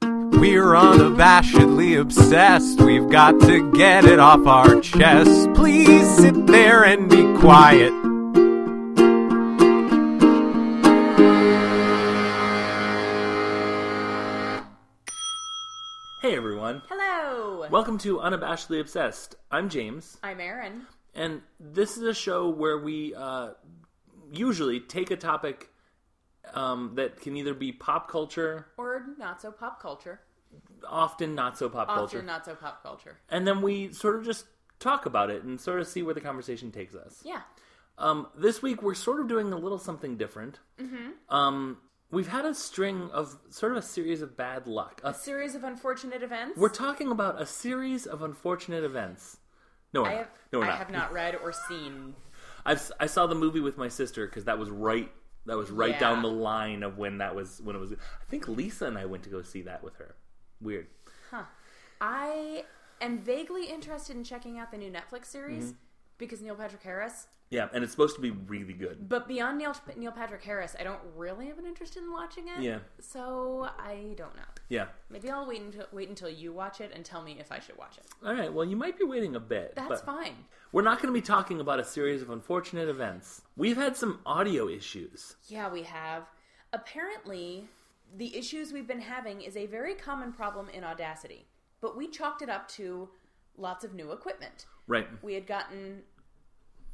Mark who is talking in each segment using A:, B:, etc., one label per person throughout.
A: We're unabashedly obsessed. We've got to get it off our chest. Please sit there and be quiet.
B: Hey everyone.
C: Hello.
B: Welcome to Unabashedly Obsessed. I'm James,
C: I'm Erin.
B: and this is a show where we uh, usually take a topic um, that can either be pop culture,
C: Or not so pop culture.
B: often not so pop
C: Often
B: culture,
C: not so pop culture.
B: and then we sort of just talk about it and sort of see where the conversation takes us.
C: Yeah.
B: Um, this week we're sort of doing a little something different.
C: Mm-hmm.
B: Um, we've had a string of sort of a series of bad luck. A-
C: Series of unfortunate events.
B: we're talking about a series of unfortunate events. No, we're
C: I
B: not.
C: have,
B: no, we're
C: I
B: not.
C: have not read or seen.
B: I've, I saw the movie with my sister because that was right. That was right
C: Yeah.
B: down the line of when that was when it was. I think Lisa and I went to go see that with her. Weird.
C: I am vaguely interested in checking out the new Netflix series
B: Mm-hmm.
C: because Neil Patrick Harris.
B: Yeah, and it's supposed to be really good.
C: But beyond Neil, Neil Patrick Harris, I don't really have an interest in watching it.
B: Yeah.
C: So I don't know.
B: Yeah.
C: Maybe I'll wait until wait until you watch it and tell me if I should watch it.
B: All right. Well, you might be waiting a bit.
C: That's
B: but
C: fine.
B: We're not going to be talking about a series of unfortunate events. We've had some audio issues.
C: Yeah, we have. Apparently, the issues we've been having is a very common problem in Audacity, but we chalked it up to lots of new equipment.
B: Right.
C: We had gotten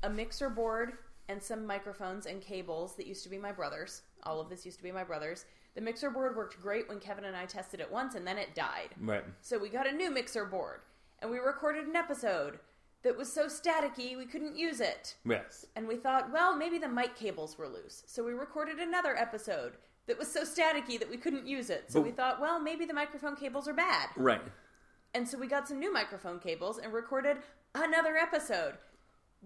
C: a mixer board and some microphones and cables that used to be my brother's. All of this used to be my brother's. The mixer board worked great when Kevin and I tested it once, and then it died.
B: Right.
C: So we got a new mixer board, and we recorded an episode that was so staticky we couldn't use it.
B: Yes.
C: And we thought, well, maybe the mic cables were loose. So we recorded another episode that was so staticky that we couldn't use it. So
B: But-
C: we thought, well, maybe the microphone cables are bad.
B: Right.
C: And so we got some new microphone cables and recorded another episode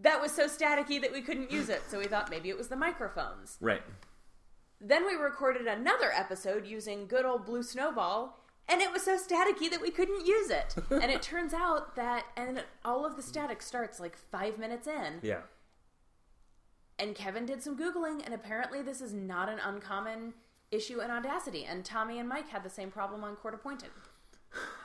C: that was so staticky that we couldn't use it. So we thought maybe it was the microphones.
B: Right.
C: Then we recorded another episode using good old Blue Snowball, and it was so staticky that we couldn't use it. and it turns out that, and all of the static starts like five minutes in.
B: Yeah.
C: And Kevin did some Googling, and apparently, this is not an uncommon issue in Audacity. And Tommy and Mike had the same problem on Court Appointed.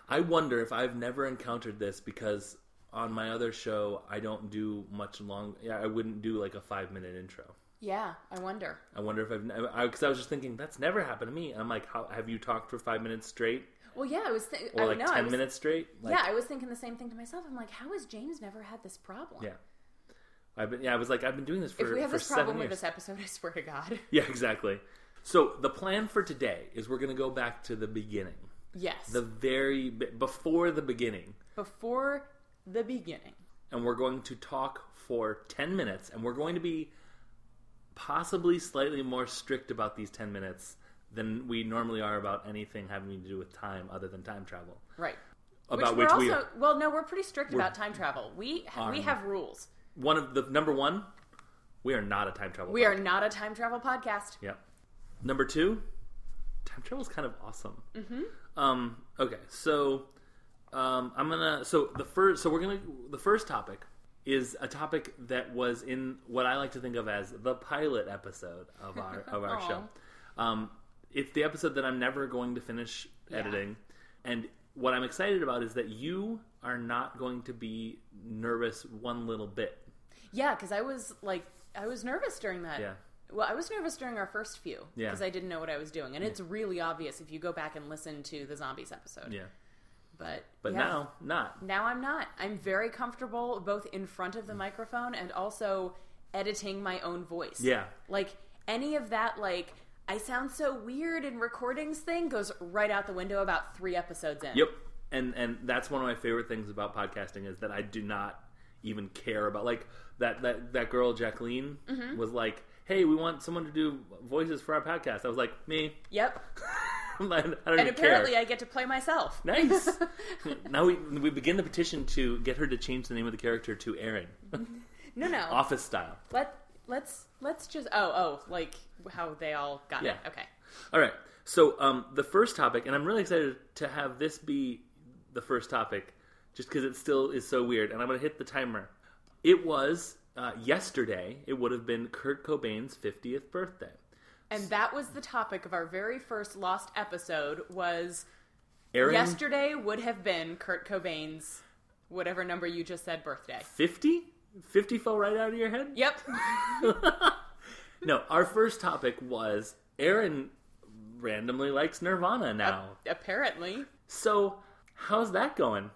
B: I wonder if I've never encountered this because on my other show I don't do much long. Yeah, I wouldn't do like a five minute intro.
C: Yeah, I wonder.
B: I wonder if I've never because I was just thinking that's never happened to me. And I'm like, how have you talked for five minutes straight
C: Well, yeah, I was thinking.
B: or like
C: know, I
B: ten
C: was,
B: minutes straight? Like,
C: yeah, I was thinking the same thing to myself. I'm like, how has James never had this problem?
B: yeah. I've been yeah. I was like, I've been doing this for
C: If we have
B: for
C: this problem
B: seven
C: with
B: years.
C: this episode, I swear to God.
B: yeah, exactly. So the plan for today is we're gonna go back to the beginning,
C: Yes.
B: the very be- before the beginning,
C: Before the beginning.
B: and we're going to talk for 10 minutes and we're going to be possibly slightly more strict about these 10 minutes than we normally are about anything having to do with time other than time travel
C: Right.
B: about
C: which
B: which,
C: we're
B: we
C: also, well, no, we're pretty strict
B: We're-
C: about time travel. We, ha- we
B: Um,
C: have rules.
B: one of the number one we are not a time travel
C: We are
B: podcast.
C: not a time travel podcast.
B: yep number two time travel is kind of awesome mm-hmm. um okay so um i'm gonna so the first so we're gonna the first topic is a topic that was in what I like to think of as the pilot episode of our of our
C: Aw.
B: show. Um, it's the episode that I'm never going to finish editing, and what I'm excited about is that you are not going to be nervous one little bit.
C: Yeah, because I was like, I was nervous during that.
B: Yeah.
C: Well, I was nervous during our first few
B: Yeah.
C: because I didn't know what I was doing, and it's really obvious if you go back and listen to the zombies episode.
B: Yeah,
C: But
B: but
C: yeah.
B: now not.
C: now I'm not. I'm very comfortable both in front of the
B: Mm.
C: microphone and also editing my own voice.
B: Yeah,
C: Like any of that, like I sound so weird in recordings thing goes right out the window about three episodes in.
B: Yep. And and that's one of my favorite things about podcasting is that I do not even care about like that that that girl Jacqueline
C: Mm-hmm.
B: was like, "Hey, we want someone to do voices for our podcast." I was like, "Me."
C: Yep.
B: I'm like, I don't
C: And
B: even
C: apparently,
B: care.
C: I get to play myself.
B: nice. now we we begin the petition to get her to change the name of the character to Aaron,
C: No, no.
B: office style.
C: Let let's let's just oh oh like how they all got
B: Yeah.
C: it. Okay.
B: All right. So um, the first topic, and I'm really excited to have this be the first topic, just because it still is so weird. And I'm going to hit the timer. It was uh, yesterday. It would have been Kurt Cobain's 50th birthday.
C: And that was the topic of our very first lost episode was
B: Aaron,
C: Yesterday would have been Kurt Cobain's whatever number you just said birthday.
B: 50? 50 fell right out of your head?
C: Yep.
B: No, our first topic was Aaron randomly likes Nirvana now.
C: Apparently.
B: So, how's that going?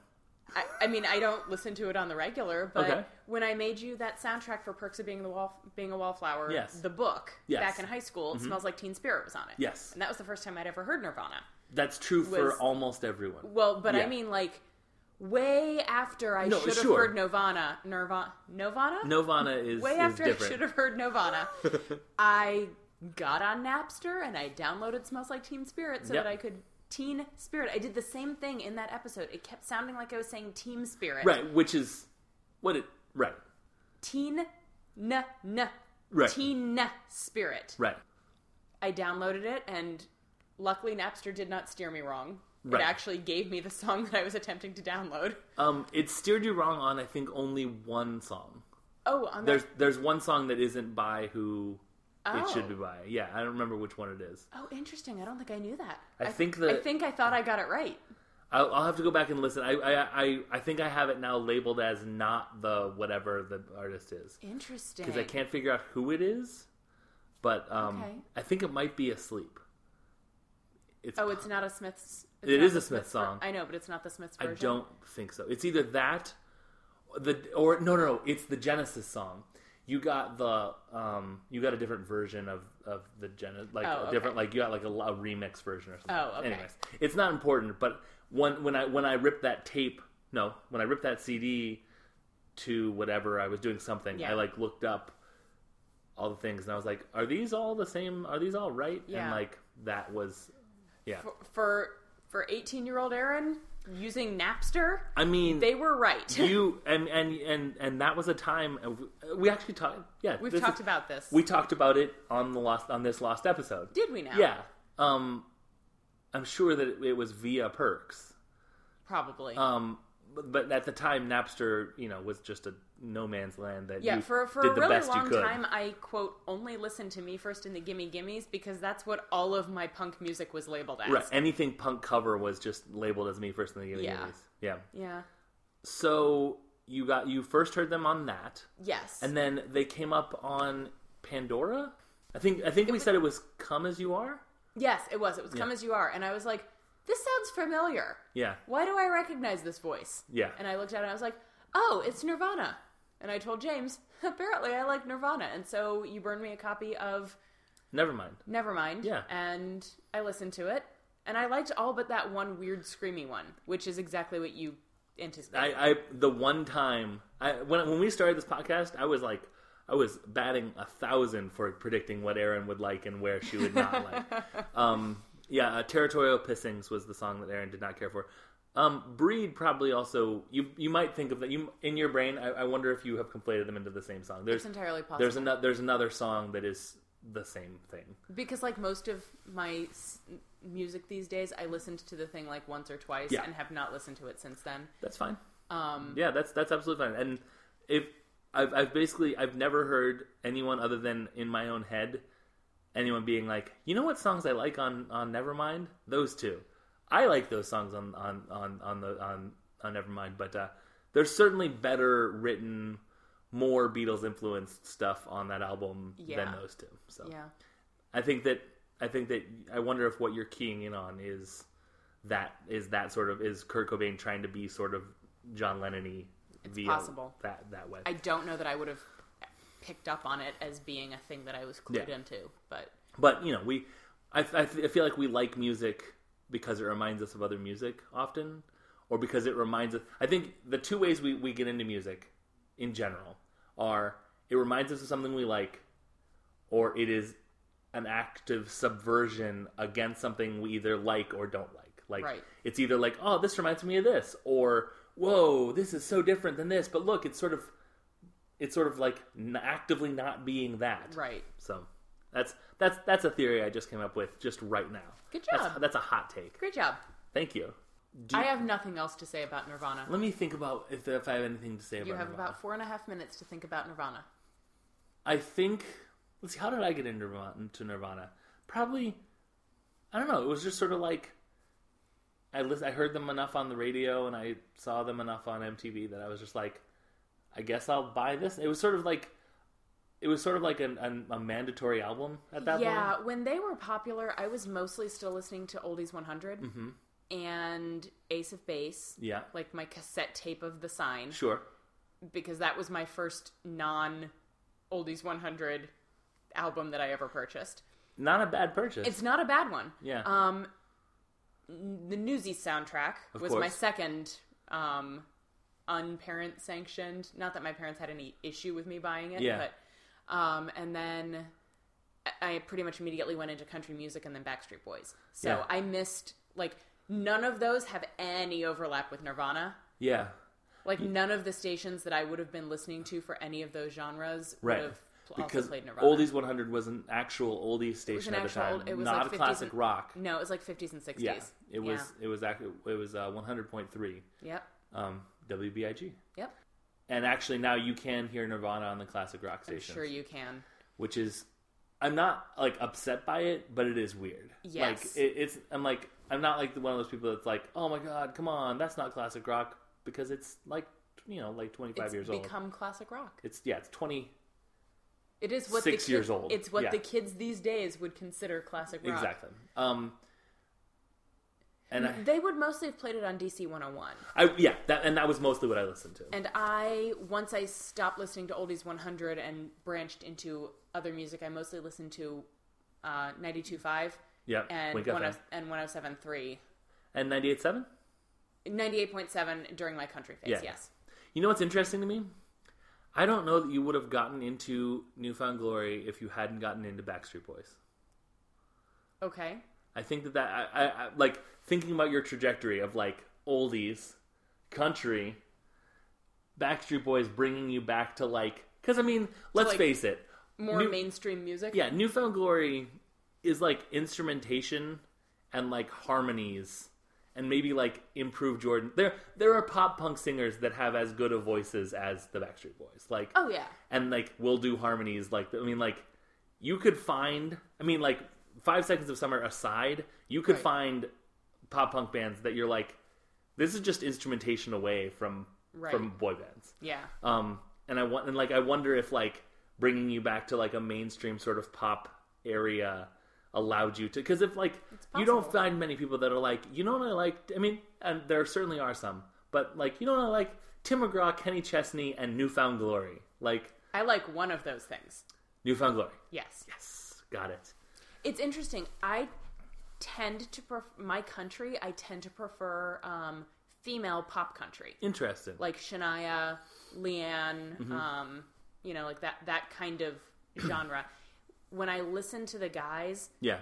C: I, I mean, I don't listen to it on the regular, but
B: Okay.
C: when I made you that soundtrack for Perks of Being the Wall, Being a Wallflower,
B: Yes.
C: the book
B: Yes. Mm-hmm.
C: back in high school, "Smells Like Teen Spirit" was on it.
B: Yes.
C: and that was the first time I'd ever heard Nirvana.
B: That's true for
C: Was-
B: almost everyone.
C: Well, but
B: Yeah.
C: I mean, like way after I
B: No,
C: should have
B: sure.
C: heard Nirvana, Nirvana, Nirvana.
B: Nirvana is
C: way
B: is
C: after I
B: different.
C: should have heard Nirvana, I got on Napster and I downloaded "Smells Like Teen Spirit" so
B: Yep.
C: that I could. Teen Spirit. I did the same thing in that episode. It kept sounding like I was saying Team Spirit.
B: Right, which is what it right.
C: Teen N N
B: Right.
C: Teen Spirit.
B: Right.
C: I downloaded it and luckily Napster did not steer me wrong.
B: Right.
C: It actually gave me the song that I was attempting to download.
B: Um it steered you wrong on I think only one song.
C: Oh, on
B: There's
C: that.
B: there's one song that isn't by who it should
C: Oh.
B: be by. Yeah, I don't remember which one it is.
C: Oh, interesting. I don't think I knew that.
B: I think
C: I
B: that
C: think I thought I got it right.
B: I'll, I'll have to go back and listen. I, I I I think I have it now labeled as not the whatever the artist is
C: Interesting.
B: because I can't figure out who it is. But um,
C: Okay.
B: I think it might be asleep. It's
C: Oh, it's not a Smith's.
B: It
C: not
B: is
C: the
B: a Smith
C: ver-
B: song.
C: I know, but it's not the Smith's
B: I
C: version.
B: don't think so. It's either that, the or no, no, no. It's the Genesis song. You got the um, you got a different version of of the Genesis, like
C: Oh,
B: a
C: okay.
B: different, like you got like a, l- a remix version or something.
C: Oh, okay.
B: Anyways, it's not important. But when when I when I ripped that tape, no, when I ripped that CD to whatever I was doing something,
C: Yeah.
B: I like looked up all the things and I was like, are these all the same? Are these all right? And
C: Yeah.
B: like that was, yeah.
C: For for eighteen year old Aaron using Napster,
B: I mean,
C: they were right.
B: you and and and and that was a time of- we actually talked. Yeah,
C: We've
B: this
C: talked
B: is-
C: about this.
B: we talked about it on the last on this last episode.
C: did we now?
B: yeah, um, I'm sure that it, it was via perks.
C: probably.
B: Um, but, but at the time, Napster, you know, was just a no man's land that
C: Yeah,
B: you
C: for for
B: did
C: a
B: the
C: really
B: best you
C: long
B: could.
C: time, I quote only listened to me first in the Gimme Gimmes because that's what all of my punk music was labeled as.
B: Right, anything punk cover was just labeled as me first in the beginning.
C: Yeah.
B: anyways. yeah.
C: Yeah.
B: So you got you first heard them on that.
C: Yes.
B: And then they came up on Pandora. I think I think we said it was "Come as You Are."
C: yes, it was. It was "Come as You Are," and I was like, "This sounds familiar.
B: Yeah,
C: Why do I recognize this voice?"
B: Yeah.
C: And I looked at it and I was like, "Oh, it's Nirvana." And I told James, "Apparently, I like Nirvana," and so you burned me a copy of
B: never mind.
C: Nevermind.
B: Yeah.
C: And I listened to it, and I liked all but that one weird screamy one, which is exactly what you anticipated.
B: I, I the one time I when when we started this podcast, I was like, I was batting a thousand for predicting what Erin would like and where she would not like. Um, yeah, uh, "Territorial Pissings" was the song that Erin did not care for. Um, Breed probably also you you might think of that you in your brain. I, I wonder if you have conflated them into the same song. There's
C: it's entirely possible.
B: there's another there's another song that is the same thing.
C: Because like most of my s- music these days, I listened to the thing like once or twice
B: Yeah.
C: and have not listened to it since then.
B: That's fine. Um, yeah, that's that's absolutely fine. And if I've, I've basically I've never heard anyone other than in my own head anyone being like, you know what songs I like on on Nevermind? Those two. I like those songs on on on on the on on Nevermind, but uh, there's certainly better written, more Beatles influenced stuff on that album than
C: Yeah.
B: those two. So
C: Yeah.
B: I think that I think that I wonder if what you're keying in on is that is that sort of is Kurt Cobain trying to be sort of John Lennon-y via
C: possible.
B: that that way.
C: I don't know that I would have picked up on it as being a thing that I was clued
B: Yeah.
C: into, but
B: but you know, we I, I, I feel like we like music because it reminds us of other music often, or because it reminds us. I think the two ways we we get into music in general are it reminds us of something we like, or it is an active subversion against something we either like or don't like. Like
C: Right.
B: it's either like, oh, this reminds me of this, or whoa, this is so different than this. But look, it's sort of, it's sort of like n- actively not being that.
C: right.
B: So that's that's that's a theory I just came up with just right now.
C: Good
B: That's,
C: job.
B: that's a hot take.
C: Great job.
B: Thank you. Do
C: I
B: you-
C: have nothing else to say about Nirvana.
B: Let me think about if, if I have anything to say about.
C: You have
B: Nirvana.
C: about four and a half minutes to think about Nirvana.
B: I think. Let's see. How did I get into Nirvana? To Nirvana? Probably. I don't know. It was just sort of like I lis- I heard them enough on the radio and I saw them enough on MTV that I was just like, I guess I'll buy this. It was sort of like, it was sort of like an, an, a mandatory album at that
C: yeah,
B: point.
C: when they were popular, I was mostly still listening to Oldies 100 and Ace of Base,
B: Mm-hmm. Yeah,
C: like my cassette tape of the sign,
B: sure.
C: because that was my first non Oldies 100 album that I ever purchased.
B: Not a bad purchase.
C: It's not a bad one.
B: yeah,
C: Um, n- the Newsies soundtrack
B: Of
C: was my
B: course.
C: second um, unparent sanctioned. Not that my parents had any issue with me buying it,
B: Yeah.
C: but um, and then I- I pretty much immediately went into country music and then Backstreet Boys. So
B: Yeah.
C: I missed like none of those have any overlap with Nirvana.
B: yeah.
C: Like none of the stations that I would have been listening to for any of those genres would
B: Right.
C: have pl-
B: Because
C: also played Nirvana.
B: Oldies 100 was an actual oldies station at the
C: actual
B: time,
C: old- it was
B: not
C: like 50s
B: classic
C: and-
B: rock.
C: no, it was like 50s and 60s.
B: Yeah, it was.
C: Yeah.
B: It was actually it was uh, 100.3
C: Yep.
B: um, WBIG.
C: Yep.
B: And actually, now you can hear Nirvana on the classic rock
C: I'm
B: station.
C: sure you can.
B: which is I'm not like upset by it, but it is weird.
C: Yes.
B: Like it, it's I'm like I'm not like one of those people that's like, oh my god, come on, that's not classic rock because it's like you know like 25
C: it's
B: years old.
C: become classic rock.
B: It's yeah, it's 20
C: It is what
B: Six
C: the kid-
B: years old.
C: It's what
B: Yeah.
C: the kids these days would consider classic rock.
B: exactly. Um, and I,
C: They would mostly have played it on DC 101.
B: I yeah that and that was mostly what I listened to.
C: And I once I stopped listening to Oldies 100 and branched into other music, I mostly listened to uh 925
B: Yep.
C: and
B: Wink FM.
C: 10- and 1073.
B: and 98.7.
C: 98.7 during my country phase.
B: Yeah.
C: Yes.
B: You know what's interesting to me? I don't know that you would have gotten into Newfound Glory if you hadn't gotten into Backstreet Boys.
C: Okay.
B: I think that that I, I, I like thinking about your trajectory of like oldies, country, Backstreet Boys bringing you back to like because I mean let's
C: like,
B: face it,
C: More
B: New-
C: mainstream music.
B: yeah, Newfound Glory is like instrumentation and like harmonies and maybe like improved Jordan. There there are pop punk singers that have as good of voices as the Backstreet Boys. Like
C: Oh yeah.
B: and like we will do harmonies like i mean like you could find i mean like five seconds of summer aside you could
C: Right.
B: find pop punk bands that you're like this is just instrumentation away from
C: Right.
B: from boy bands
C: Yeah.
B: um and i want and like i wonder if like bringing you back to like a mainstream sort of pop area allowed you to because if like you don't
C: possible.
B: find many people that are like you know what i like i mean and there certainly are some but like you know what i like tim mcgraw kenny chesney and newfound glory like
C: I like one of those things.
B: newfound glory
C: Yes.
B: yes got it
C: It's interesting. I tend to pref- my country. I tend to prefer um, female pop country,
B: interesting
C: like Shania, Leanne.
B: Mm-hmm.
C: Um, you know, like that that kind of genre. when I listen to the guys,
B: yeah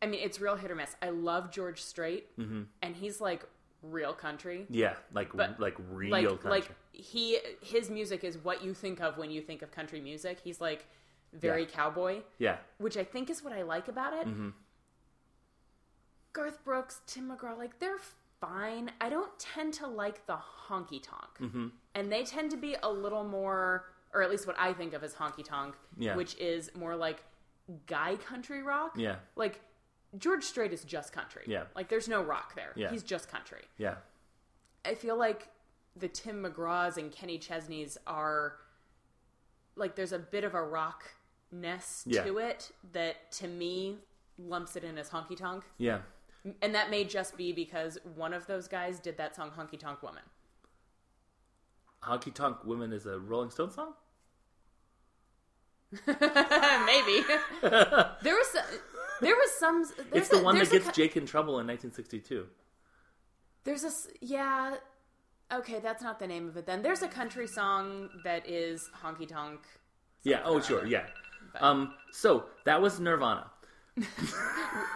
C: I mean, it's real hit or miss. I love George Strait,
B: Mm-hmm.
C: and he's like real country.
B: yeah like
C: But-
B: like real
C: like
B: country
C: like he his music is what you think of when you think of country music. He's like very
B: Yeah.
C: cowboy
B: yeah
C: which I think is what I like about it.
B: Mm-hmm.
C: Garth Brooks, Tim McGraw, like they're fine. I don't tend to like the honky tonk,
B: Mm-hmm.
C: and they tend to be a little more, or at least what I think of as honky tonk,
B: Yeah.
C: which is more like guy country rock.
B: yeah
C: Like George Strait is just country.
B: Yeah.
C: like there's no rock there.
B: Yeah.
C: he's just country.
B: yeah
C: I feel like the Tim McGraws and Kenny Chesneys are like there's a bit of a rock ness
B: Yeah.
C: to it that to me lumps it in as honky tonk.
B: yeah
C: And that may just be because one of those guys did that song Honky Tonk Woman.
B: honky tonk women is a rolling stone song
C: Maybe. there was some, there was some
B: it's
C: there's
B: the
C: a-
B: one that
C: there's a
B: gets
C: cou-
B: jake in trouble in 1962
C: There's a s- yeah Okay, that's not the name of it then. There's a country song that is honky tonk.
B: Yeah. Oh, sure. Yeah. Um. So that was Nirvana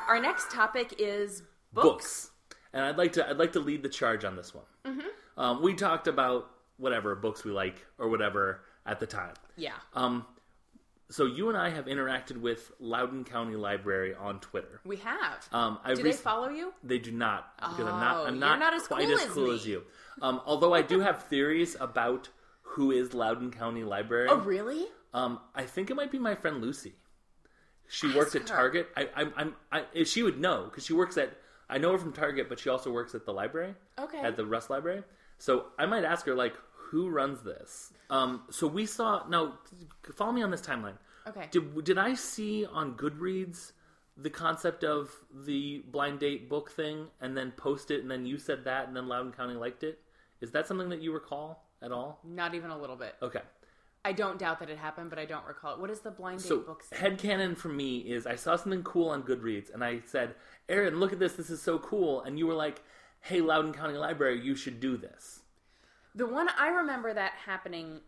C: Our next topic is books.
B: books, and I'd like to I'd like to lead the charge on this one. Mm-hmm. Um, we talked about whatever books we like or whatever at the time.
C: Yeah.
B: Um. So you and I have interacted with Loudoun County Library on Twitter.
C: We have.
B: Um, I
C: Do
B: rec-
C: they follow you?
B: They do not because I'm not.
C: Oh,
B: I'm
C: you're
B: not,
C: not as
B: quite
C: cool
B: as
C: as
B: cool
C: me.
B: as you. Um, although I do have theories about who is Loudoun County Library.
C: Oh, really?
B: Um, I think it might be my friend Lucy. She works at
C: her.
B: Target. I, I'm, I'm, I, if she would know because she works at I know her from Target, but she also works at the library,
D: Okay.
B: at the Russ Library. So I might ask her like, who runs this? Um, so we saw. Now, follow me on this timeline.
D: Okay.
B: Did did I see on Goodreads the concept of the blind date book thing, and then post it, and then you said that, and then Loudon County liked it? Is that something that you recall at all?
D: Mm.
C: Not even a little bit.
B: Okay.
C: I don't doubt that it happened, but I don't recall it. What is the blind date
B: So
C: book? say?
B: headcanon for me is I saw something cool on Goodreads and I said, Aaron, look at this, this is so cool. And you were like, Hey, Loudoun County Library, you should do this.
C: The one I remember that happening,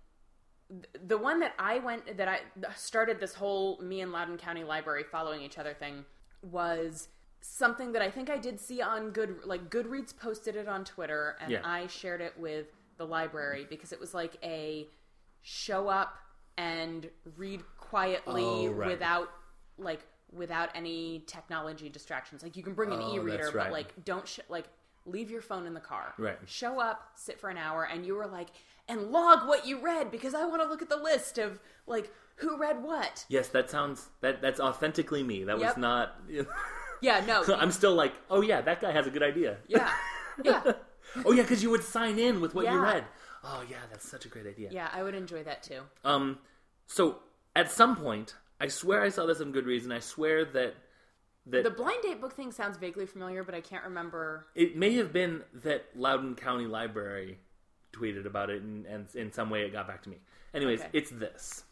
C: th- the one that I went that I started this whole me and Loudon County Library following each other thing was something that I think I did see on good like Goodreads posted it on Twitter and
B: Yeah.
C: I shared it with the library because it was like a show up and read quietly
B: Oh, right.
C: without like without any technology distractions. Like you can bring an
B: Oh,
C: e-reader
B: that's right.
C: but like don't sh- like leave your phone in the car
B: Right.
C: show up, sit for an hour, and you were like, and log what you read because I want to look at the list of like who read what.
B: Yes, that sounds that that's authentically me. That was
C: Yep.
B: not
C: Yeah, no,
B: So I'm still like, Oh yeah, that guy has a good idea.
C: yeah, yeah,
B: oh yeah, because you would sign in with what you
C: Yeah.
B: read. Oh yeah, that's such a great idea.
C: yeah. I would enjoy that too.
B: Um, so at some point, I swear I saw this on Goodreads, and I swear that that
C: The blind date book thing sounds vaguely familiar, but I can't remember.
B: it may have been that Loudoun County Library tweeted about it, and, and in some way it got back to me. Anyways,
C: Okay.
B: it's this.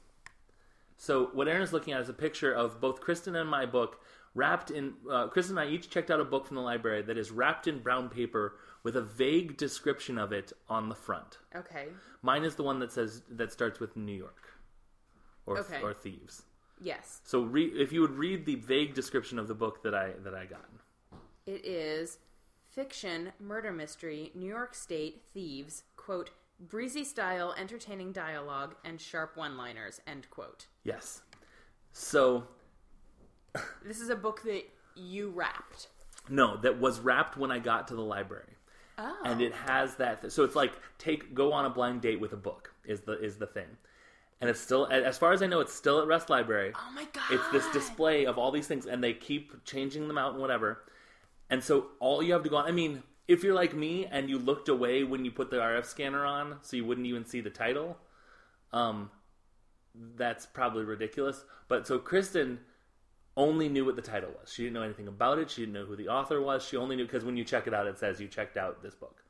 B: So what Aaron is looking at is a picture of both Kristen and my book wrapped in. Uh, Kristen and I each checked out a book from the library that is wrapped in brown paper with a vague description of it on the front.
C: Okay,
B: Mine is the one that says that starts with New York, or
C: Okay.
B: or thieves.
C: yes,
B: So re- if you would read the vague description of the book that I that I got.
C: it is fiction, murder mystery, New York State, thieves. Quote. Breezy style, entertaining dialogue, and sharp one-liners. End quote.
B: Yes. So
C: This is a book that you wrapped.
B: no, that was wrapped when I got to the library.
C: Oh,
B: And it has that th- so it's like take go on a blind date with a book is the is the thing. And it's still a- as far as I know it's still at Rest Library.
C: oh my god!
B: It's this display of all these things and they keep changing them out and whatever. And so all you have to go on I mean, if you're like me and you looked away when you put the RF scanner on so you wouldn't even see the title, um that's probably ridiculous. But so Kristen only knew what the title was. She didn't know anything about it. She didn't know who the author was. She only knew because when you check it out, it says you checked out this book.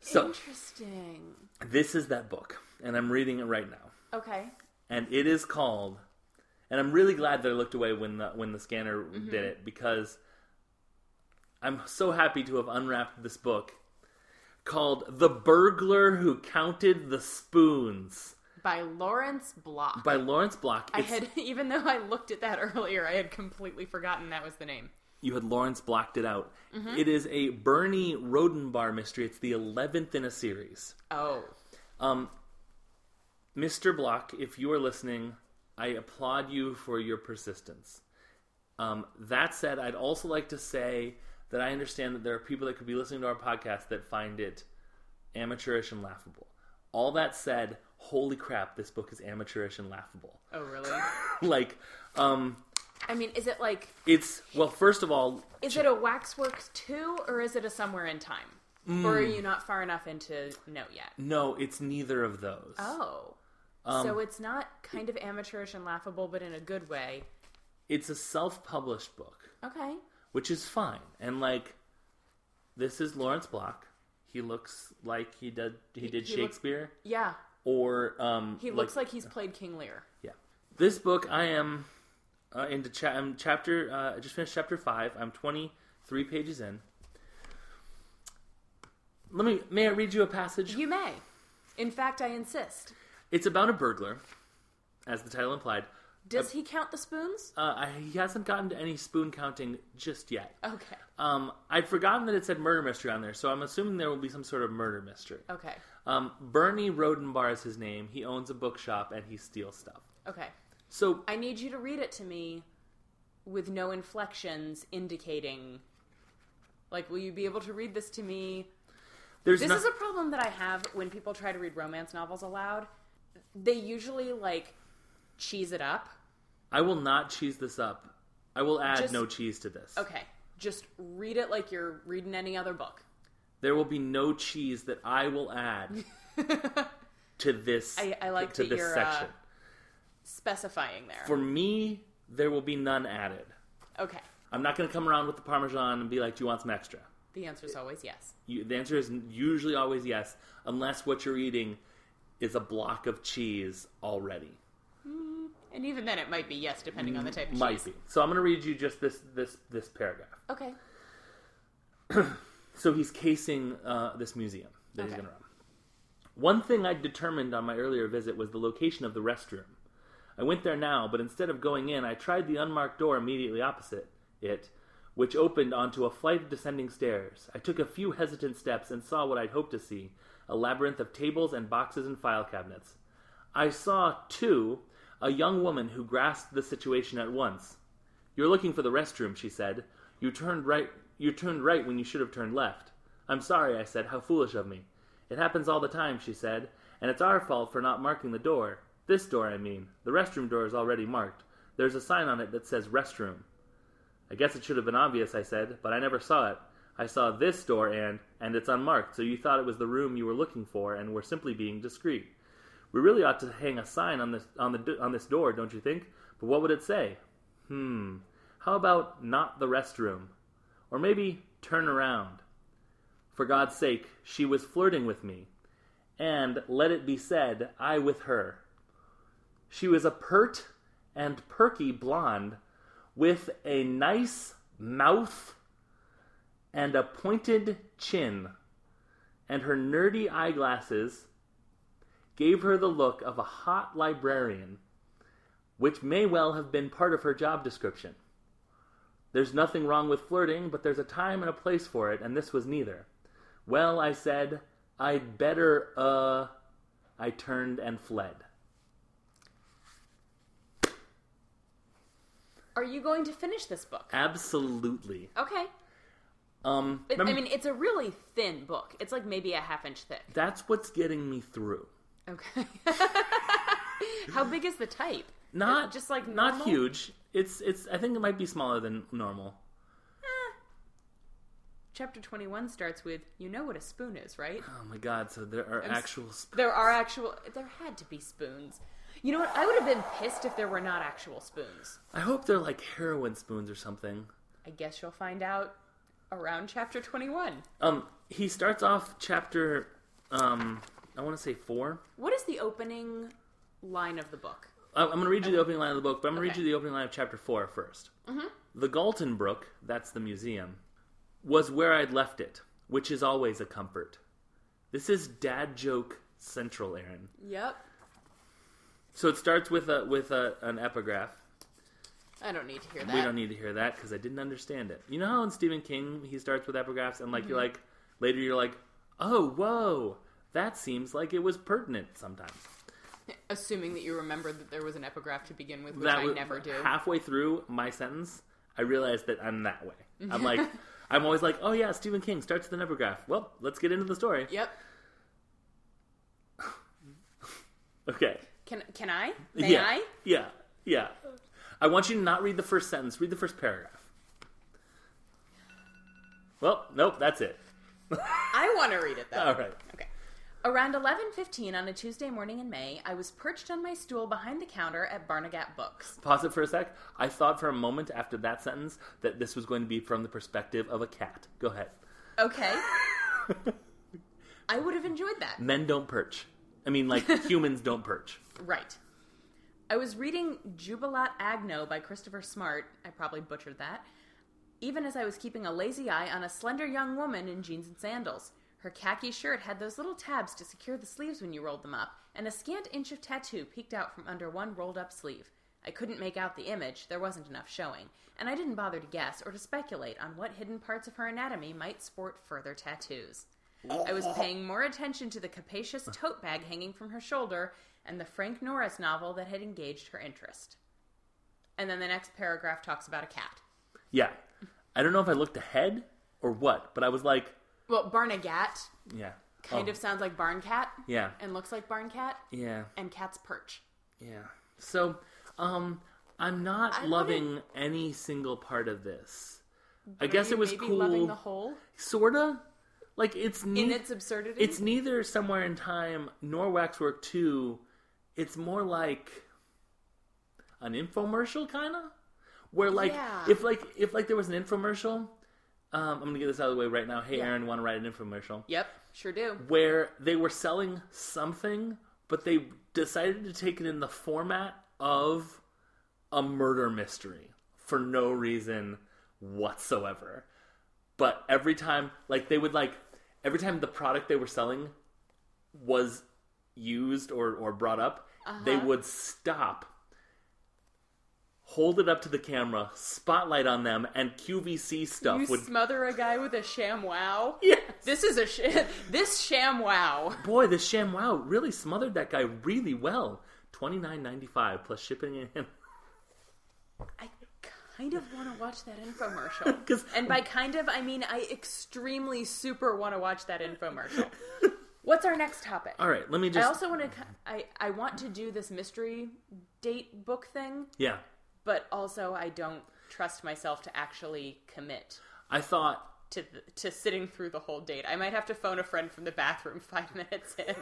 B: So
C: Interesting.
B: this is that book, and I'm reading it right now,
C: Okay.
B: and it is called. And I'm really glad that I looked away when the when the scanner
C: Mm-hmm.
B: did it because I'm so happy to have unwrapped this book called "The Burglar Who Counted the Spoons"
C: By Lawrence Block.
B: by Lawrence Block.
C: I
B: It's-
C: had, even though I looked at that earlier, I had completely forgotten that was the name.
B: you had Lawrence blocked it out.
C: Mm-hmm.
B: It is a Bernie Rodenbar mystery. It's the eleventh in a series.
C: Oh.
B: Um, Mr. Block, if you are listening, I applaud you for your persistence. Um, that said, I'd also like to say that I understand that there are people that could be listening to our podcast that find it amateurish and laughable. All that said, holy crap, this book is amateurish and laughable.
C: Oh, really?
B: like, um,
C: I mean, is it like,
B: it's well. First of all,
C: is it a Waxworks 2 or is it a Somewhere in Time?
B: Mm.
C: Or are you not far enough into No yet?
B: no, it's neither of those.
C: Oh.
B: Um,
C: so it's not kind of amateurish and laughable, but in a good way.
B: it's a self-published book
C: Okay.
B: which is fine and like this is lawrence block he looks like he did he did
C: he looks-
B: shakespeare
C: Yeah.
B: or um
C: He looks like he's played King Lear.
B: yeah this book i am uh, into cha- I'm chapter uh, i just finished chapter five i'm 23 pages in let me may i read you a passage
C: You may. In fact, I insist.
B: it's about a burglar as the title implied
C: Does he count the spoons?
B: uh, I, he hasn't gotten to any spoon counting just yet
C: Okay.
B: Um, I'd forgotten that it said murder mystery on there, so I'm assuming there will be some sort of murder mystery.
C: Okay.
B: Um, Bernie Rodenbar is his name. He owns a bookshop and he steals stuff.
C: Okay.
B: So
C: I need you to read it to me with no inflections indicating. Like, will you be able to read this to me?
B: there's
C: This
B: no-
C: is a problem that I have when people try to read romance novels aloud. They usually, like, cheese it up.
B: I will not cheese this up. I will add
C: Just-
B: no cheese to this.
C: Okay. Just read it like you're reading any other book.
B: There will be no cheese that I will add to this.
C: I- I like
B: to
C: that
B: this
C: you're, uh,
B: section.
C: Specifying there.
B: For me, there will be none added.
C: okay.
B: I'm not going to come around with the parmesan and be like, "Do you want some extra?"
C: The answer is always yes.
B: You, the answer is usually always yes, unless what you're eating is a block of cheese already.
C: And even then, it might be yes, depending on the type of
B: Might
C: cheese.
B: be. So I'm going to read you just this this this paragraph.
C: Okay.
B: So he's casing uh, this museum that he's
C: Okay.
B: going to run. One thing I'd determined on my earlier visit was the location of the restroom. I went there now, but instead of going in, I tried the unmarked door immediately opposite it, which opened onto a flight of descending stairs. I took a few hesitant steps and saw what I'd hoped to see a labyrinth of tables and boxes and file cabinets. I saw, too, a young woman who grasped the situation at once. You're looking for the restroom, she said. You turned right you turned right when you should have turned left. I'm sorry, I said. How foolish of me. It happens all the time, she said, and it's our fault for not marking the door. This door, I mean. The restroom door is already marked. There's a sign on it that says restroom. I guess it should have been obvious, I said, but I never saw it. I saw this door and and it's unmarked, so you thought it was the room you were looking for and were simply being discreet. We really ought to hang a sign on this on the do- on this door, don't you think? But what would it say? Hmm. How about not the restroom? Or maybe turn around. For God's sake, she was flirting with me. And let it be said, I with her. She was a pert and perky blonde with a nice mouth and a pointed chin. And her nerdy eyeglasses gave her the look of a hot librarian which may well have been part of her job description. There's nothing wrong with flirting, but there's a time and a place for it, and this was neither. Well, I said, I'd better, uh. I turned and fled.
C: Are you going to finish this book?
B: Absolutely.
C: Okay.
B: Um,
C: It, I
B: remem-
C: mean, it's a really thin book. It's like maybe a half inch thick.
B: that's what's getting me through.
C: Okay. How big is the type?
B: Not
C: Just like
B: not
C: normal?
B: huge. It's it's. I think it might be smaller than normal.
C: Chapter 21 starts with You know what a spoon is, right?
B: Oh my god! So there are
C: s-
B: actual. Sp-
C: There are actual. There had to be spoons. You know what? I would have been pissed if there were not actual spoons.
B: I hope they're like heroin spoons or something.
C: I guess you'll find out around chapter 21.
B: Um, he starts off chapter, um, I want to say four.
C: What is the opening line of the book?
B: I- I'm going to read you the opening line of the book, but I'm going to
C: Okay.
B: read
C: Mm-hmm.
B: you the opening line of chapter four first. The Galton Brook, that's the museum, was where I'd left it, which is always a comfort. This is dad joke central, Aaron.
C: Yep.
B: So it starts with a with a, an epigraph.
C: I don't need to hear that.
B: We don't need to hear that because I didn't understand it. You know how in Stephen King he starts with epigraphs and like you're
C: Mm-hmm.
B: like later you're like, oh whoa, that seems like it was pertinent sometimes.
C: Assuming that you remember that there was an epigraph to begin with, which
B: that
C: I
B: was-
C: never do.
B: Halfway through my sentence, I realized that I'm that way. I'm like, I'm always like, oh yeah, Stephen King starts with an epigraph. Well, let's get into the story.
C: Yep.
B: Okay.
C: Can can I? May
B: yeah.
C: I?
B: Yeah. Yeah. I want you to not read the first sentence. Read the first paragraph. Well, nope, that's it.
C: I want to read it though.
B: All right.
C: Okay. Around 11:15 on a Tuesday morning in May, I was perched on my stool behind the counter at Barnegat Books.
B: Pause it for a sec. I thought for a moment after that sentence that this was going to be from the perspective of a cat. Go ahead.
C: Okay. I would have enjoyed that.
B: Men don't perch. I mean, like, humans don't perch.
C: Right. I was reading Jubilat Agno by Christopher Smart. I probably butchered that. Even as I was keeping a lazy eye on a slender young woman in jeans and sandals. Her khaki shirt had those little tabs to secure the sleeves when you rolled them up, and a scant inch of tattoo peeked out from under one rolled up sleeve. I couldn't make out the image, there wasn't enough showing, and I didn't bother to guess or to speculate on what hidden parts of her anatomy might sport further tattoos. I was paying more attention to the capacious tote bag hanging from her shoulder and the Frank Norris novel that had engaged her interest. And then the next paragraph talks about a cat.
B: Yeah. I don't know if I looked ahead or what, but I was like,
C: Well, Barnegat
B: yeah.
C: kind
B: Oh,
C: of sounds like barn cat
B: Yeah.
C: and looks like barn cat
B: Yeah.
C: and cat's perch.
B: Yeah. So, um, I'm not loving any single part of this. I guess it was
C: maybe
B: cool,
C: Loving the whole
B: sorta. Like it's
C: in
B: neat.
C: its absurdity.
B: it's neither somewhere in time nor waxwork 2 it's more like an infomercial kind of where like
C: Yeah.
B: if like if like there was an infomercial um, i'm gonna get this out of the way right now hey
C: Yeah.
B: aaron want to write an infomercial
C: yep, sure do.
B: where they were selling something but they decided to take it in the format of a murder mystery for no reason whatsoever but every time like they would like every time the product they were selling was used or or brought up they would stop hold it up to the camera spotlight on them and qvc stuff
C: You
B: would
C: smother a guy with a sham wow.
B: yeah
C: This is a sh- this sham wow.
B: boy this sham wow really smothered that guy really well 29.95 plus shipping and
C: I kind of want to watch that infomercial.
B: 'Cause-
C: and by kind of, I mean I extremely super want to watch that infomercial. What's our next topic?
B: all right let me
C: I
B: just
C: also want to. I I want to do this mystery date book thing,
B: yeah
C: but also I don't trust myself to actually commit
B: i thought
C: to th- to sitting through the whole date. I might have to phone a friend from the bathroom five minutes in.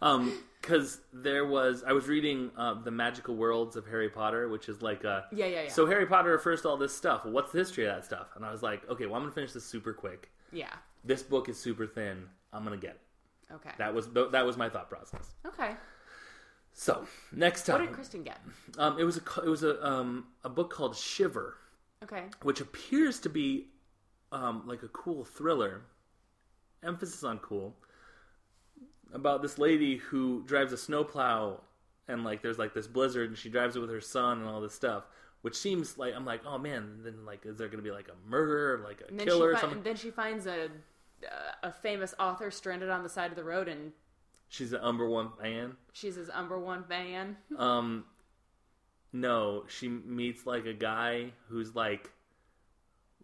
B: um because there was i was reading uh, the magical worlds of harry potter which is like a
C: Yeah, yeah, yeah.
B: so harry potter refers to all this stuff what's the history of that stuff and i was like okay well i'm gonna finish this super quick
C: yeah.
B: this book is super thin i'm gonna get it
C: Okay.
B: that was that was my thought process
C: okay.
B: so next
C: What did
B: time
C: Kristen get?
B: um it was a it was a um a book called shiver
C: Okay.
B: which appears to be um, like a cool thriller, emphasis on cool, about this lady who drives a snowplow and like there's like this blizzard and she drives it with her son and all this stuff, which seems like I'm like oh man, then like is there gonna be like a murder, like a
C: And then, she
B: killer or
C: fi-
B: something?
C: then she finds a uh, a famous author stranded on the side of the road, and
B: She's an number one fan.
C: she's his number one fan.
B: Um, no, she meets like a guy who's like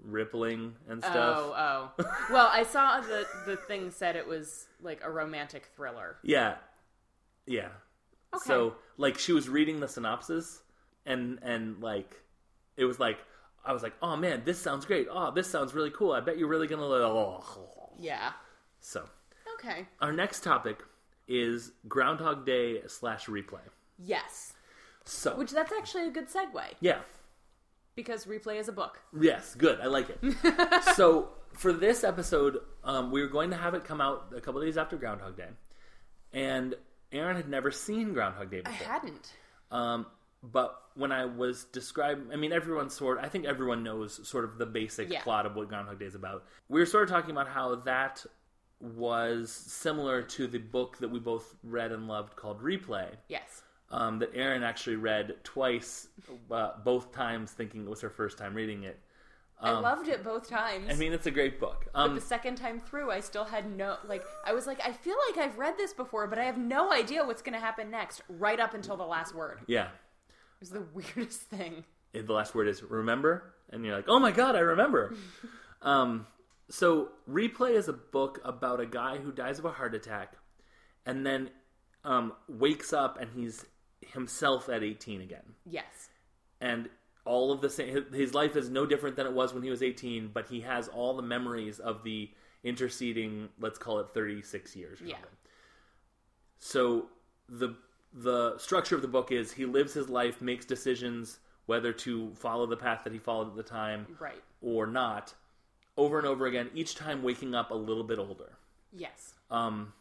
B: rippling and stuff.
C: Oh, oh. well, I saw the the thing said it was like a romantic thriller.
B: Yeah. Yeah.
C: Okay.
B: So like she was reading the synopsis and and like it was like I was like, "Oh man, this sounds great. Oh, this sounds really cool. I bet you're really going to love."
C: Yeah.
B: So,
C: Okay.
B: our next topic is Groundhog Day slash replay.
C: Yes.
B: So,
C: Which that's actually a good segue
B: yeah.
C: because replay is a book.
B: Yes, good. I like it. so for this episode, um, we were going to have it come out a couple days after Groundhog Day, and Aaron had never seen Groundhog Day
C: I
B: before.
C: hadn't.
B: Um, but when I was describing, I mean, everyone sort. I think everyone knows sort of the basic
C: Yeah.
B: plot of what Groundhog Day is about. We were sort of talking about how that was similar to the book that we both read and loved called Replay,
C: Yes.
B: um, that Erin actually read twice, uh, both times, thinking it was her first time reading it.
C: I loved it both times.
B: I mean, it's a great book. Um,
C: Um, the second time through, I still had no like. I was like, I feel like I've read this before, but I have no idea what's going to happen next. Right up until the last word, it
B: yeah,
C: was the weirdest thing.
B: the last word is remember and you're like oh my god i remember um, so replay is a book about a guy who dies of a heart attack and then um, wakes up and he's himself at 18 again
C: Yes.
B: and all of the same his- his life is no different than it was when he was 18 but he has all the memories of the interceding let's call it 36 years or
C: Yeah.
B: something. so the the structure of the book is he lives his life makes decisions whether to follow the path that he followed at the time
C: Right.
B: or not over and over again each time waking up a little bit older
C: Yes.
B: um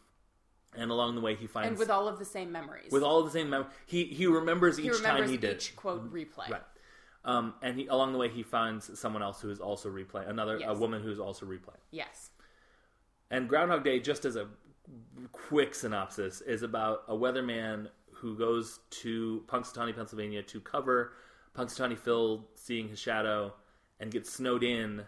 B: and along the way he finds
C: And with all of the same memories.
B: with all the same mem- he he remembers each
C: he remembers
B: time he did
C: each quote replay.
B: Right. Um, and he, along the way, he finds someone else who is also replay, another a
C: Yes.
B: woman who is also replay.
C: Yes.
B: And Groundhog Day, just as a quick synopsis, is about a weatherman who goes to Punxsutawney, Pennsylvania, to cover Punxsutawney Phil seeing his shadow, and gets snowed in.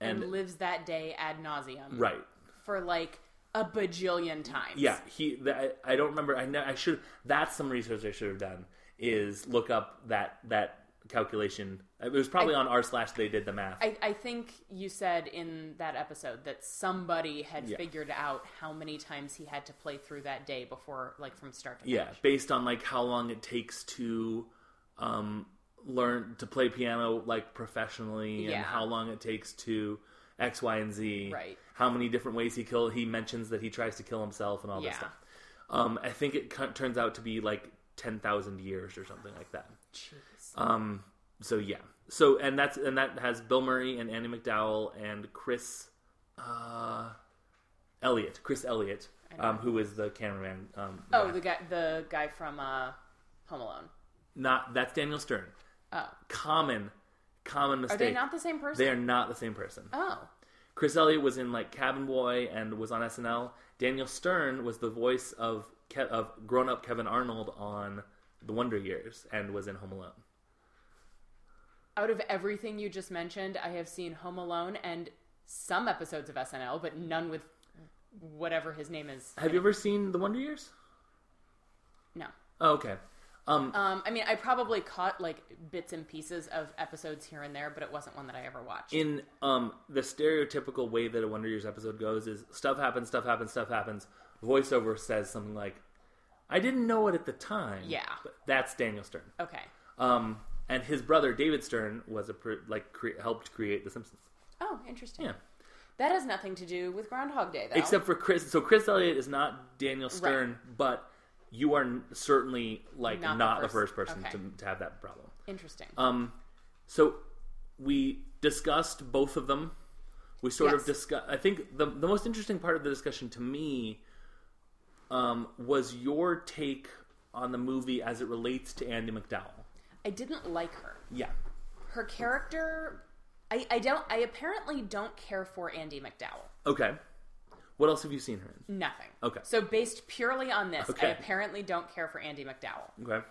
C: And,
B: And,
C: lives that day ad nauseum.
B: right,
C: For like a bajillion times.
B: yeah, he. The, I, I don't remember. I know. I should. That's some research I should have done. Is look up that that calculation. It was probably on r slash. They did the math.
C: I, I think you said in that episode that somebody had
B: Yeah.
C: figured out how many times he had to play through that day before, like from start to finish.
B: yeah based on like how long it takes to um learn to play piano like professionally
C: Yeah.
B: and how long it takes to X, Y, and Z.
C: Right.
B: How many different ways he kill? He mentions that he tries to kill himself and all this
C: Yeah.
B: stuff. Um, I think it cu- turns out to be like ten thousand years or something like that.
C: Jeez.
B: Um, so yeah. So and that's and that has Bill Murray and Annie McDowell and Chris uh, Elliot, Chris Elliot, um, who is the cameraman. Um,
C: Oh, the guy, the guy from uh, Home Alone.
B: not that's Daniel Stern.
C: Oh,
B: Common, common
C: are
B: mistake.
C: they not the same person?
B: They are not the same person.
C: Oh,
B: Chris Elliott was in like Cabin Boy and was on SNL. Daniel Stern was the voice of Ke- of grown up Kevin Arnold on The Wonder Years and was in Home Alone.
C: out of everything you just mentioned, I have seen Home Alone and some episodes of SNL, but none with whatever his name is.
B: Have you ever seen The Wonder Years?
C: No.
B: Oh, okay. Um,
C: Um, I mean, I probably caught like bits and pieces of episodes here and there, but it wasn't one that I ever watched.
B: in um, the stereotypical way that a Wonder Years episode goes is stuff happens, stuff happens, stuff happens. Voiceover says something like, "I didn't know it at the time."
C: Yeah.
B: but that's Daniel Stern.
C: okay.
B: Um, and his brother David Stern was a pr- like cre- helped create The Simpsons.
C: Oh, interesting.
B: Yeah.
C: That has nothing to do with Groundhog Day, though.
B: Except for Chris. So Chris Elliott is not Daniel Stern, but you are n- certainly like
C: Not
B: not,
C: the
B: the
C: first-
B: first person
C: okay.
B: to, to have that problem.
C: interesting.
B: Um, so we discussed both of them. We sort
C: Yes.
B: of discuss. I think the the most interesting part of the discussion to me um, was your take on the movie as it relates to Andy McDowell.
C: I didn't like her.
B: Yeah,
C: Her character, I, I don't. I apparently don't care for Andy McDowell.
B: Okay. What else have you seen her in?
C: Nothing.
B: Okay.
C: So based purely on this, I
B: Okay.
C: apparently don't care for Andy McDowell.
B: Okay.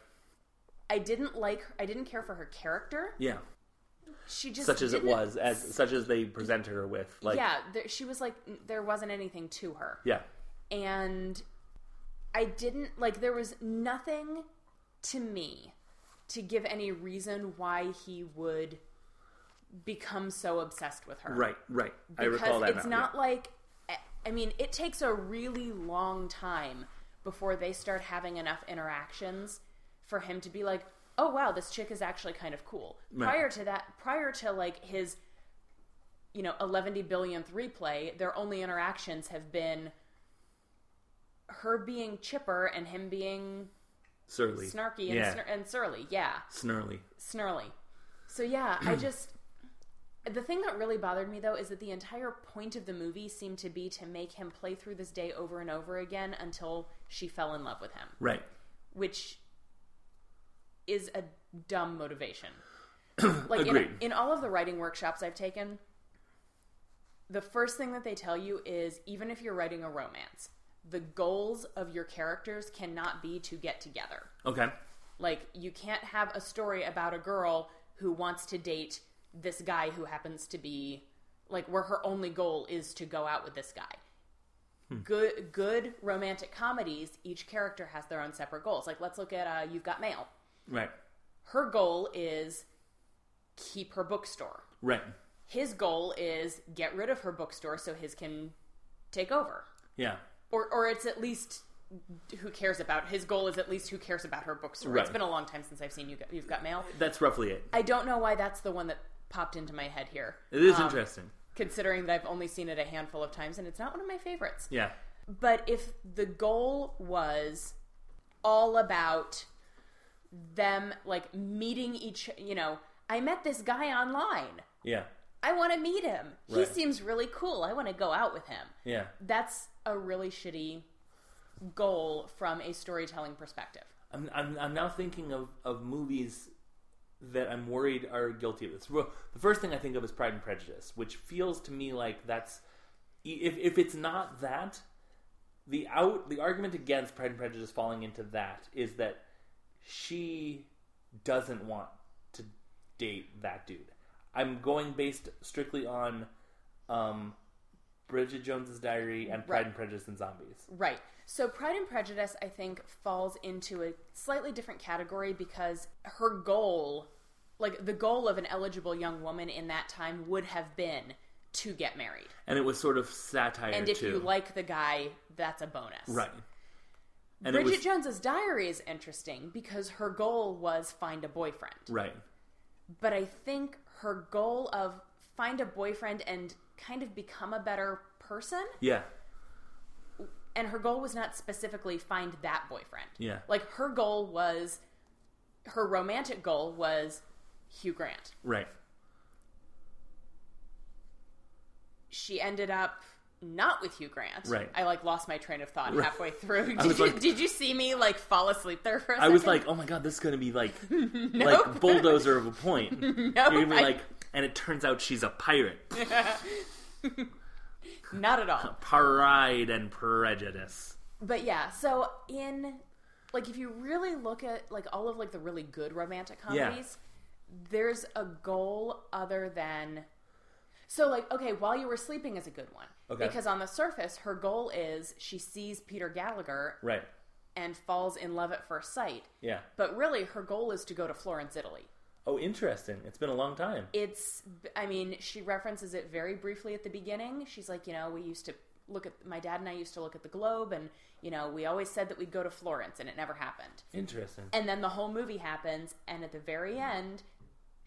C: I didn't like. I didn't care for her character.
B: Yeah.
C: She just
B: Such as it
C: didn't-
B: was, as such as they presented her with. Like,
C: yeah, there, she was like there wasn't anything to her,
B: Yeah.
C: and I didn't like there was nothing to me to give any reason why he would become so obsessed with her.
B: Right. Right. I
C: because
B: recall that.
C: it's
B: now.
C: not like I- I mean, it takes a really long time before they start having enough interactions for him to be like, "Oh wow, this chick is actually kind of cool."
B: Right.
C: Prior to that, prior to like his you know, 11 billionth replay, their only interactions have been her being chipper and him being
B: Surly.
C: snarky and,
B: yeah.
C: snur- and surly. Yeah
B: Snarly.
C: snarly. So yeah, I just the thing that really bothered me though is that the entire point of the movie seemed to be to make him play through this day over and over again until she fell in love with him,
B: Right.
C: which is a dumb motivation. like in,
B: Agreed.
C: in all of the writing workshops I've taken, the first thing that they tell you is even if you're writing a romance, the goals of your characters cannot be to get together.
B: Okay.
C: Like, you can't have a story about a girl who wants to date this guy who happens to be like where her only goal is to go out with this guy. Good, good romantic comedies. Each character has their own separate goals. Like, let's look at uh, You've Got Mail.
B: Right.
C: Her goal is keep her bookstore.
B: Right.
C: His goal is get rid of her bookstore so his can take over,
B: Yeah.
C: or or it's at least who cares about. His goal is at least who cares about her bookstore. It's
B: Right.
C: been a long time since I've seen you. Got, you've got mail.
B: That's roughly it.
C: I don't know why that's the one that popped into my head here,
B: It is interesting.
C: considering that I've only seen it a handful of times and it's not one of my favorites.
B: Yeah.
C: But if the goal was all about them like meeting each, you know, I met this guy online.
B: Yeah.
C: I want to meet him. He
B: Right.
C: seems really cool. I want to go out with him.
B: Yeah.
C: That's a really shitty goal from a storytelling perspective.
B: I'm, I'm, I'm now thinking of, of movies that I'm worried are guilty of this. Well, the first thing I think of is Pride and Prejudice, which feels to me like that's if if it's not that the out the argument against Pride and Prejudice falling into that is that she doesn't want to date that dude. I'm going based strictly on um, Bridget Jones's Diary and Pride
C: Right.
B: and Prejudice and Zombies.
C: Right. So Pride and Prejudice, I think, falls into a slightly different category because her goal, like the goal of an eligible young woman in that time, would have been to get married.
B: And it was sort of satire
C: And if
B: too.
C: you like the guy, that's a bonus.
B: Right. And
C: Bridget
B: it was
C: Jones's diary is interesting because her goal was find a boyfriend.
B: right.
C: but I think her goal of find a boyfriend and kind of become a better person
B: Yeah.
C: and her goal was not specifically find that boyfriend.
B: Yeah.
C: Like her goal was her romantic goal was Hugh Grant.
B: Right.
C: She ended up not with Hugh Grant.
B: Right.
C: I like lost my train of thought halfway through. Did,
B: was
C: you,
B: like-
C: did you see me like fall asleep there for a
B: I
C: second?
B: was like, oh my god, this is gonna be like like bulldozer of a point.
C: no,
B: You're gonna be
C: I-
B: like, and it turns out she's a pirate.
C: not at all.
B: Pride and prejudice.
C: But yeah, so in like if you really look at like all of like the really good romantic comedies, there's a goal other than so like okay, while you were sleeping is a good one.
B: Okay.
C: Because on the surface, her goal is she sees Peter Gallagher
B: Right.
C: and falls in love at first sight.
B: Yeah.
C: But really her goal is to go to Florence, Italy.
B: Oh, interesting. It's been a long time.
C: It's I mean, she references it very briefly at the beginning. She's like, you know, we used to look at my dad and I used to look at the globe and, you know, we always said that we'd go to Florence and it never happened.
B: Interesting.
C: And then the whole movie happens, and at the very
B: Mm-hmm.
C: end,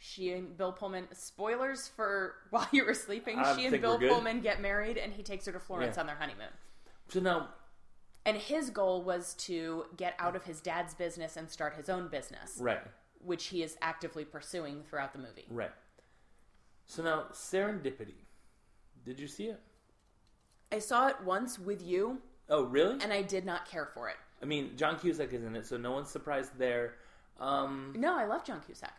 C: she and Bill Pullman. Spoilers for while you were sleeping.
B: I
C: she and
B: think
C: Bill
B: we're good.
C: Pullman get married, and he takes her to Florence
B: Yeah.
C: on their honeymoon.
B: So now,
C: And his goal was to get out of his dad's business and start his own business,
B: right,
C: which he is actively pursuing throughout the movie.
B: right. So now, serendipity. Did you see it?
C: I saw it once with you,
B: Oh, really?
C: and I did not care for it.
B: I mean, John Cusack is in it, so no one's surprised there. Um,
C: No, I love John Cusack.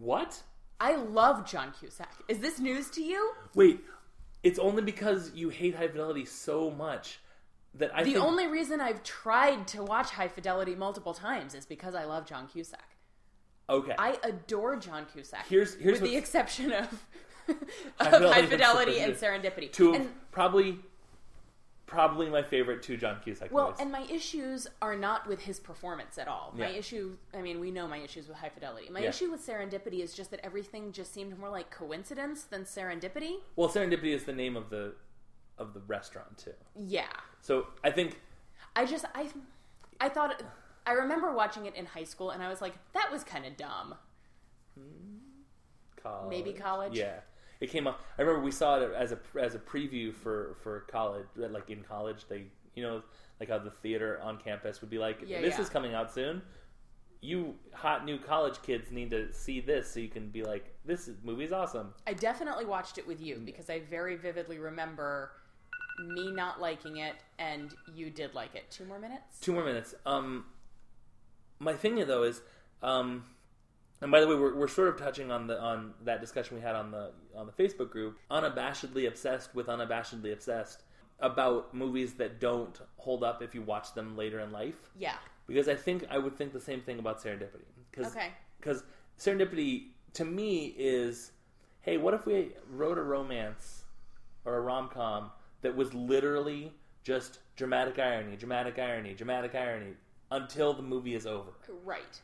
B: what?
C: I love John Cusack. Is this news to you?
B: Wait, it's only because you hate High Fidelity so much that I
C: The
B: think,
C: only reason I've tried to watch High Fidelity multiple times is because I love John Cusack.
B: okay.
C: I adore John Cusack.
B: Here's- here's
C: with the
B: what's-
C: exception of, of
B: Fidelity
C: High
B: and
C: Fidelity and
B: Serendipity.
C: Serendipity.
B: two of,
C: and,
B: probably, probably my favorite two John Cusack
C: well,
B: movies.
C: and my issues are not with his performance at all. My
B: Yeah.
C: issue, I mean, we know my issues with High Fidelity. My
B: Yeah.
C: issue with Serendipity is just that everything just seemed more like coincidence than serendipity.
B: well, serendipity is the name of the of the restaurant too.
C: Yeah,
B: So I think
C: I just I, I thought I remember watching it in high school, and I was like, that was kind of dumb.
B: college.
C: Maybe college?
B: Yeah, it came up. I remember we saw it as a as a preview for for college. Like in college, they you know like how the theater on campus would be like,
C: Yeah,
B: this
C: yeah.
B: is coming out soon. You hot new college kids need to see this so you can be like, this is- movie's awesome.
C: I definitely watched it with you because I very vividly remember me not liking it and you did like it. Two more minutes?
B: Two more minutes. Um, my thing though is, um, and by the way, we're, we're sort of touching on the on that discussion we had on the on the Facebook group, unabashedly obsessed with unabashedly obsessed about movies that don't hold up if you watch them later in life.
C: Yeah.
B: Because I think I would think the same thing about serendipity. Cause,
C: Okay.
B: Because serendipity to me is, hey, what if we wrote a romance or a rom com that was literally just dramatic irony, dramatic irony, dramatic irony until the movie is over?
C: Right.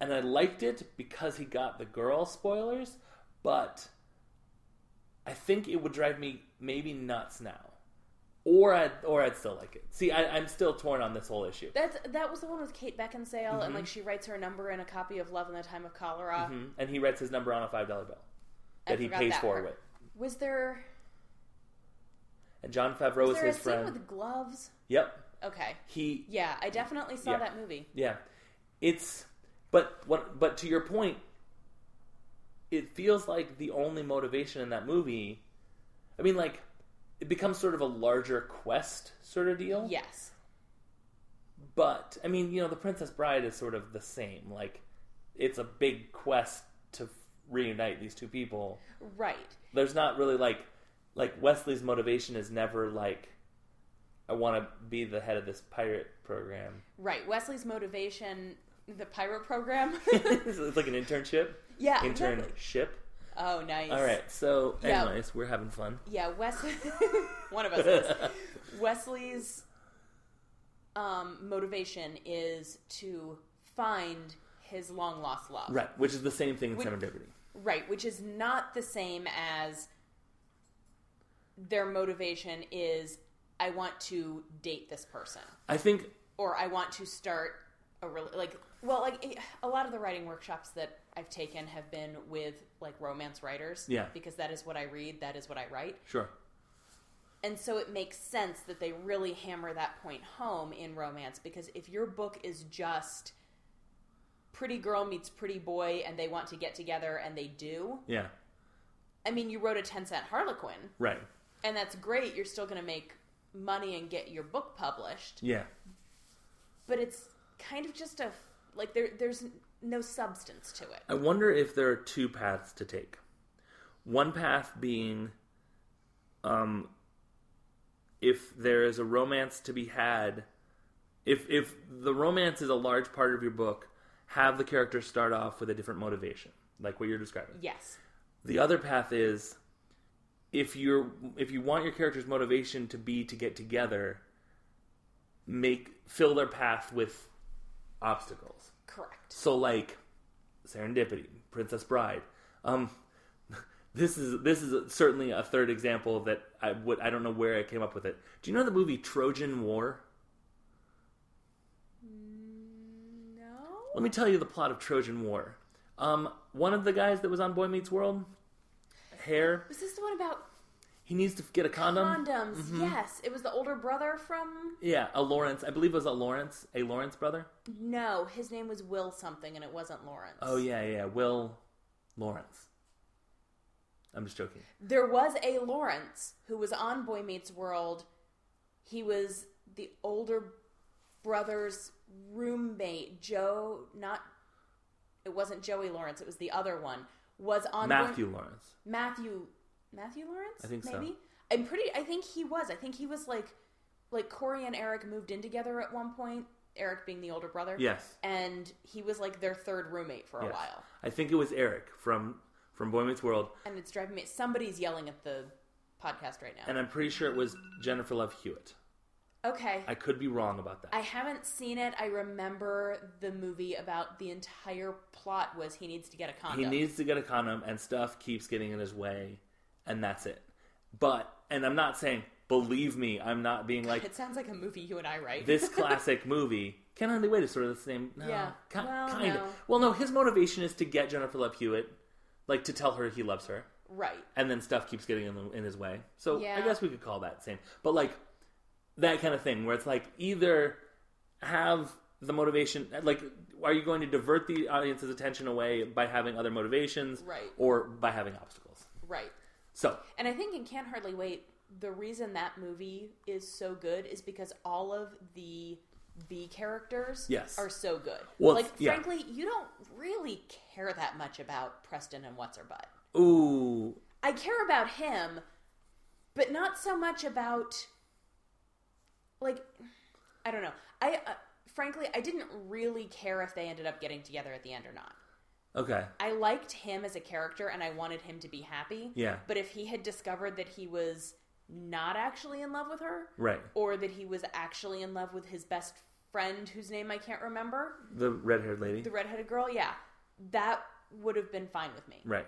B: And I liked it because he got the girl spoilers, but I think it would drive me maybe nuts now. Or I'd, or I'd still like it. See, I, I'm still torn on this whole issue.
C: That's that was the one with Kate Beckinsale and
B: Mm-hmm.
C: like she writes her number in a copy of Love in the Time of Cholera.
B: and he writes his number on a five dollar bill
C: I
B: that he
C: forgot
B: pays
C: that
B: for
C: part.
B: with.
C: Was there
B: And John Favreau
C: was
B: is
C: there a
B: his
C: scene
B: friend.
C: with gloves?
B: Yep,
C: Okay.
B: he
C: Yeah, I definitely saw
B: Yeah.
C: that movie.
B: yeah. It's but what but to your point, it feels like the only motivation in that movie. I mean, like it becomes sort of a larger quest sort of deal.
C: Yes.
B: But I mean, you know, the Princess Bride is sort of the same. Like it's a big quest to reunite these two people.
C: Right.
B: there's not really like like Wesley's motivation is never like I want to be the head of this pirate program.
C: Right. Wesley's motivation the pirate program.
B: it's like an internship.
C: yeah. exactly.
B: Internship.
C: Oh, nice.
B: All right. So,
C: Yeah.
B: anyways, we're having fun.
C: Yeah, Wesley. one of us is. Wesley's um, motivation is to find his long lost love.
B: Right, which is the same thing in
C: Would-
B: serendipity.
C: Right, which is not the same as their motivation is I want to date this person
B: I think
C: or I want to start a real like well like eh, a lot of the writing workshops that I've taken have been with like romance writers.
B: Yeah.
C: Because that is what I read, that is what I write.
B: Sure.
C: And so it makes sense that they really hammer that point home in romance because if your book is just pretty girl meets pretty boy and they want to get together and they do,
B: Yeah.
C: I mean, you wrote a 10 cent Harlequin
B: Right.
C: and that's great. You're still going to make money and get your book published,
B: Yeah.
C: but it's kind of just a like there there's no substance to it.
B: I wonder if there are two paths to take. One path being, um, if there is a romance to be had, if if the romance is a large part of your book, have the characters start off with a different motivation, like what you're describing.
C: Yes.
B: The other path is, if you're if you want your character's motivation to be to get together, make fill their path with obstacles.
C: Correct.
B: So like Serendipity, Princess Bride. Um this is this is certainly a third example that I would I don't know where I came up with it. Do you know the movie Trojan War?
C: No.
B: Let me tell you the plot of Trojan War. Um one of the guys that was on Boy Meets World, hair,
C: Was this the one about
B: he needs to get a condom.
C: condoms?
B: mm-hmm.
C: Yes. It was the older brother from
B: Yeah, a Lawrence. I believe it was a Lawrence, a Lawrence brother.
C: No, his name was Will something and it wasn't Lawrence.
B: Oh yeah, yeah, Will Lawrence. I'm just joking.
C: There was a Lawrence who was on Boy Meets World. He was the older brother's roommate, Joe, not it wasn't Joey Lawrence, it was the other one. Was on Boy-
B: Matthew Lawrence.
C: Matthew Matthew Lawrence?
B: I think so.
C: maybe? I'm pretty I think he was. I think he was like like Corey and Eric moved in together at one point, Eric being the older brother.
B: Yes.
C: And he was like their third roommate for a
B: Yes.
C: while.
B: I think it was Eric from from Boy Meets World,
C: And it's driving me somebody's yelling at the podcast right now.
B: and I'm pretty sure it was Jennifer Love Hewitt.
C: Okay.
B: I could be wrong about that.
C: I haven't seen it. I remember the movie about the entire plot was he needs to get a
B: he
C: condom.
B: needs to get a condom, and stuff keeps getting in his way, and that's it. But and I'm not saying believe me. I'm not being like
C: it sounds like a movie you and I write.
B: this classic movie. Ken Hunley Wade is sort of the same. No,
C: Yeah.
B: ki-
C: Well,
B: kinda.
C: no.
B: Well, no. His motivation is to get Jennifer Love Hewitt, like to tell her he loves her.
C: right.
B: and then stuff keeps getting in, the, in his way. So I
C: Yeah.
B: guess we could call that same, but like that kind of thing where it's like either have the motivation, like are you going to divert the audience's attention away by having other motivations,
C: Right.
B: or by having obstacles?
C: Right.
B: So
C: And I think in Can't Hardly Wait, the reason that movie is so good is because all of the B characters
B: Yes.
C: are so good.
B: Well,
C: like
B: yeah.
C: frankly, you don't really care that much about Preston and What's Her Butt.
B: ooh,
C: I care about him, but not so much about like I don't know. I uh, frankly I didn't really care if they ended up getting together at the end or not.
B: okay,
C: I liked him as a character and I wanted him to be happy.
B: Yeah.
C: But if he had discovered that he was not actually in love with her
B: right,
C: or that he was actually in love with his best friend whose name I can't remember,
B: the red-haired lady,
C: the redheaded girl, yeah. That would have been fine with me.
B: right,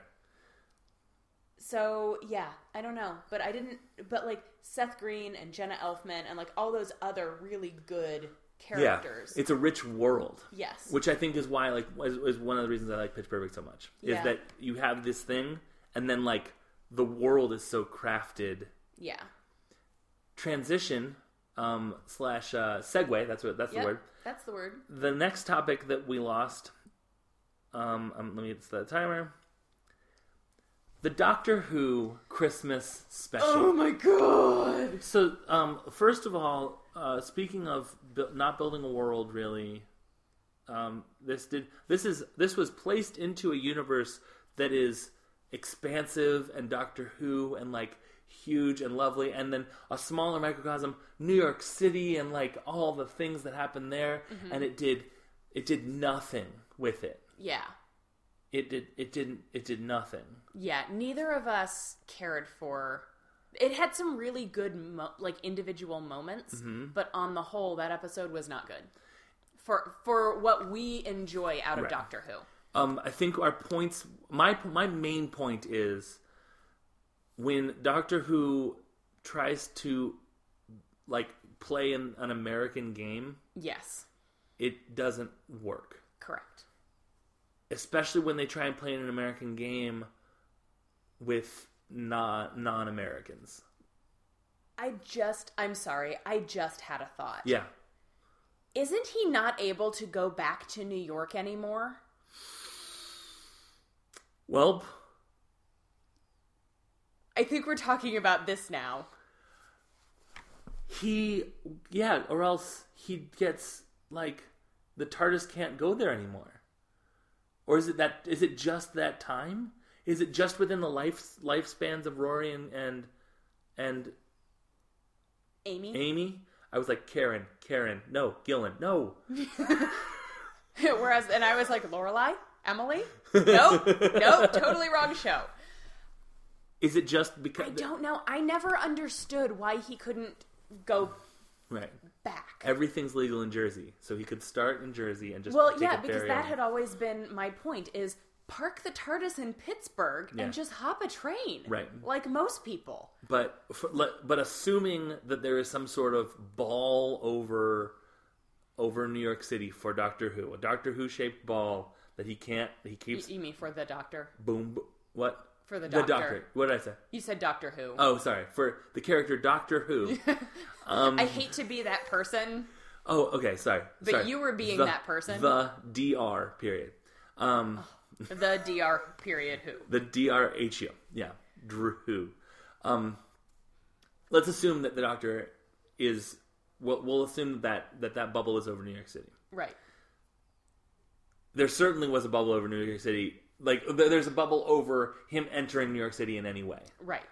C: So yeah, I don't know, but I didn't. But like Seth Green and Jenna Elfman and like all those other really good characters.
B: yeah, it's a rich world.
C: yes,
B: which I think is why like is, is one of the reasons I like Pitch Perfect so much
C: Yeah.
B: is that you have this thing and then like the world is so crafted.
C: yeah,
B: Transition um, slash uh, segue. That's what that's
C: Yep,
B: the word.
C: That's the word.
B: The next topic that we lost. Um, um, let me set the timer. The Doctor Who Christmas special.
A: Oh
C: Oh my god!
B: So, um, first of all, uh, speaking of bu- not building a world, really, um, this did this is this was placed into a universe that is expansive and Doctor Who and like huge and lovely, and then a smaller microcosm, New York City, and like all the things that happened there, and it did it did nothing with it.
C: Yeah,
B: It did it didn't it did nothing.
C: yeah. Neither of us cared for. It had some really good mo- like individual moments,
B: Mm-hmm.
C: but on the whole, that episode was not good for for what we enjoy out of
B: Right.
C: Doctor Who.
B: Um, I think our points. My my main point is when Doctor Who tries to like play an, an American game,
C: Yes,
B: it doesn't work.
C: correct.
B: especially when they try and play an American game with non non Americans.
C: I just, I'm sorry, I just had a thought.
B: Yeah,
C: Isn't he not able to go back to New York anymore?
B: well,
C: I think we're talking about this now.
B: he yeah, or else he gets like the TARDIS can't go there anymore. Or is it that? Is it just that time? Is it just within the life lifespans of Rory and and and
C: Amy?
B: Amy? I was like Karen, Karen, no, Gillen, no.
C: Whereas, and I was like, Lorelai? Emily? Nope. nope. Totally wrong show.
B: Is it just because
C: I don't know. I never understood why he couldn't go
B: right?
C: back.
B: Everything's legal in Jersey, so he could start in Jersey and just
C: Well,
B: take
C: yeah,
B: a
C: because
B: ferry
C: that
B: over.
C: had always been my point is park the TARDIS in Pittsburgh
B: Yeah.
C: and just hop a train.
B: Right.
C: Like most people.
B: but for, le- but assuming that there is some sort of ball over over New York City for Doctor Who, a Doctor Who shaped ball that he can't he
C: You,
B: keeps
C: you mean for the doctor.
B: boom bo- what
C: E, For the
B: the
C: doctor.
B: Doctor what did I say
C: You said Doctor Who.
B: oh sorry for the character Doctor Who Um,
C: I hate to be that person.
B: oh okay sorry
C: But you were being that person. Oh.
B: the Dr period um
C: The DR period who.
B: the DRHU. Yeah, Drew. Um, let's assume that the doctor is. We'll, we'll assume that, that that bubble is over New York City.
C: Right.
B: There certainly was a bubble over New York City. Like there- there's a bubble over him entering New York City in any way.
C: Right.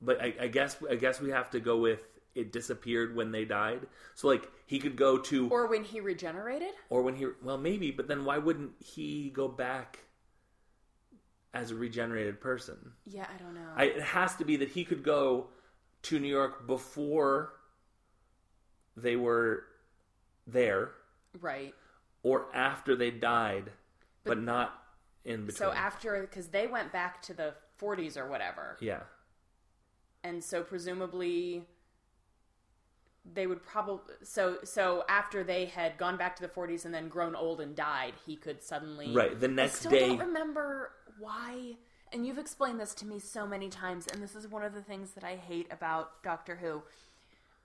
B: But I, I guess I guess we have to go with it disappeared when they died. So like he could go to or,
C: Or when he regenerated?
B: when he well maybe, but then why wouldn't he go back as a regenerated person?
C: Yeah, I don't know.
B: I, it has to be that he could go to New York before they were there
C: right.
B: or after they died, but, not in between.
C: So after, because they went back to the 40s or whatever.
B: yeah,
C: and so presumably they would probably so so after they had gone back to the 40s and then grown old and died he could suddenly
B: right. The
C: I
B: next
C: still
B: day,
C: don't remember why
D: And you've explained this to me so many times, and this is one of the things that I hate about Doctor Who.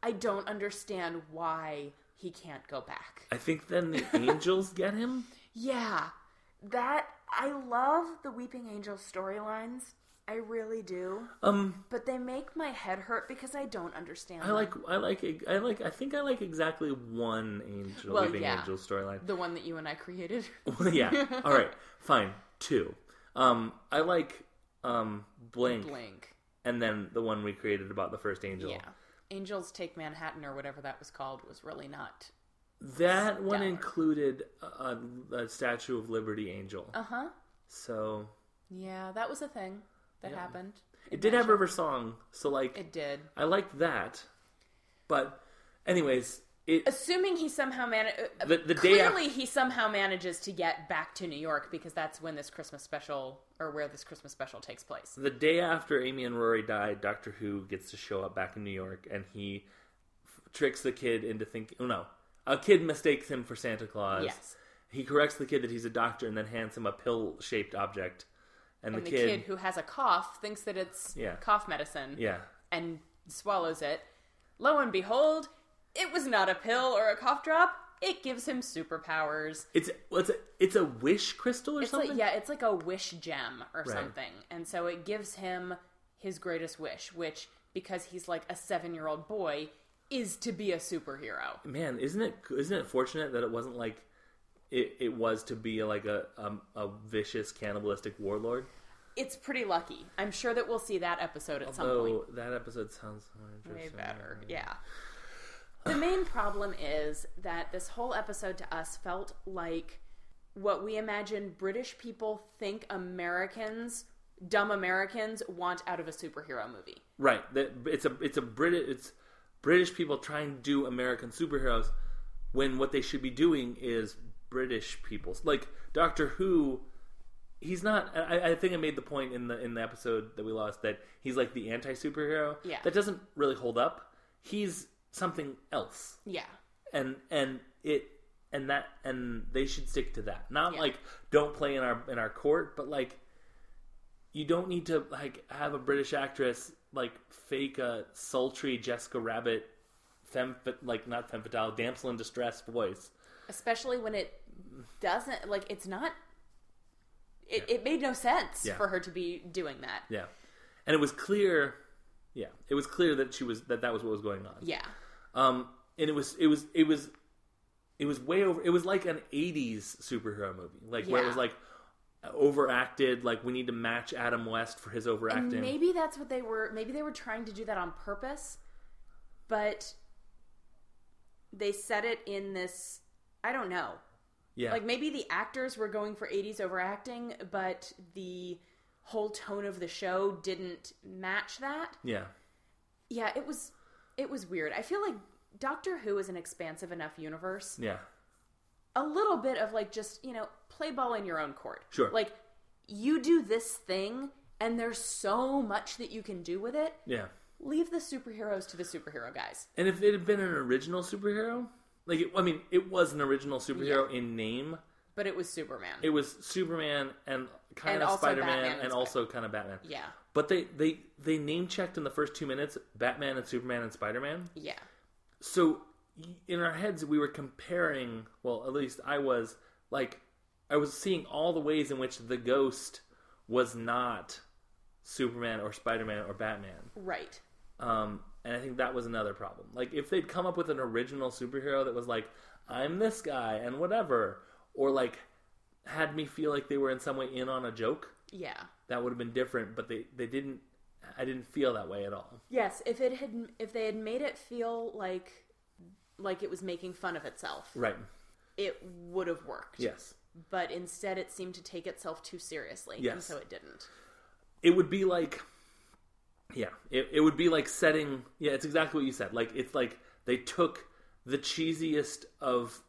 C: I don't understand why he can't go back
B: I think then the angels get him.
C: yeah
D: That I love the Weeping Angel storylines. I really do.
B: Um,
D: But they make my head hurt because I don't understand.
B: I
D: them.
B: like, I like, I like. I think I like exactly one angel,
C: Well,
B: leaving
C: yeah.
B: angel storyline.
C: the one that you and I created
B: Well, yeah. All right. Fine. Two. Um, I like um Blink,
C: blink
B: and then the one we created about the first angel.
C: yeah angels take manhattan or whatever that was called was really not
B: That one
C: Stellar.
B: included a, a Statue of Liberty angel.
C: uh-huh
B: So
C: yeah that was a thing that happened
B: it did have River Song. So like
C: it did
B: I liked that, but anyways, it
C: assuming he somehow managed
B: The- the day
C: clearly he somehow manages to get back to new york because that's when this christmas special or where this christmas special takes place
B: the day after Amy and Rory died, Doctor Who gets to show up back in New York, and he f- tricks the kid into thinking. Oh no, a kid mistakes him for Santa Claus.
C: Yes.
B: He corrects the kid that he's a doctor, and then hands him a pill-shaped object, and,
C: and the kid, who has a cough thinks that it's
B: Yeah.
C: cough medicine
B: yeah.
C: and swallows it lo and behold it was not a pill or a cough drop it gives him superpowers
B: It's it's a, it's a wish crystal or
C: it's
B: something.
C: like yeah it's like a wish gem or
B: Right.
C: something and so it gives him his greatest wish which because he's like a seven year old boy is to be a superhero
B: man isn't it isn't it fortunate that it wasn't like it, it was to be like a, a a vicious cannibalistic warlord
C: It's pretty lucky. I'm sure that we'll see that episode at some point.
B: oh that episode sounds more
C: Way
B: interesting
C: better. Yeah. The main problem is that this whole episode to us felt like what we imagine British people think Americans, dumb Americans, want out of a superhero movie.
B: right that, it's a it's a british it's british people trying to do american superheroes when what they should be doing is british people like doctor who he's not I, I think i made the point in the in the episode that we lost that he's like the anti-superhero
C: Yeah.
B: that doesn't really hold up he's something else
C: Yeah.
B: and and it and that and they should stick to that. Not
C: Yeah.
B: like don't play in our in our court, but like you don't need to like have a British actress like fake a sultry Jessica Rabbit femme like not femme fatale damsel in distress voice.
C: especially when it doesn't like it's not it, it made no sense
B: Yeah.
C: for her to be doing that
B: Yeah, and it was clear. Yeah, it was clear that she was that that was what was going on.
C: yeah
B: Um, and it was it was it was it was way over. It was like an '80s superhero movie, like where it was
C: Yeah.
B: like overacted. Like we need to match Adam West for his overacting.
C: maybe that's what they were maybe they were trying to do that on purpose but they said it in this i don't know
B: yeah,
C: like maybe the actors were going for 80s overacting but the whole tone of the show didn't match that
B: yeah,
C: yeah it was it was weird i feel like doctor who is an expansive enough universe
B: yeah,
C: a little bit of like just you know play ball in your own court
B: Sure.
C: like you do this thing and there's so much that you can do with it
B: yeah.
C: leave the superheroes to the superhero guys
B: And if it had been an original superhero, like it, I mean, it was an original superhero in name.
C: but it was superman
B: It was Superman and kind
C: And
B: of
C: also
B: Spider
C: Batman
B: Man
C: and
B: and
C: Spi-
B: also kind of Batman.
C: yeah
B: But they they they name checked in the first two minutes Batman and Superman and Spider Man.
C: yeah
B: so in our heads we were comparing well at least i was like i was seeing all the ways in which the ghost was not superman or spider-man or batman
C: right
B: um, and i think that was another problem like if they'd come up with an original superhero that was like i'm this guy and whatever or like had me feel like they were in some way in on a joke
C: yeah
B: that would have been different but they, they didn't i didn't feel that way at all
C: yes if it had if they had made it feel like like it was making fun of itself
B: right
C: it would have worked
B: yes
C: but instead it seemed to take itself too seriously and
B: Yes.
C: so it didn't
B: it would be like yeah it, it would be like setting yeah it's exactly what you said like it's like they took the cheesiest of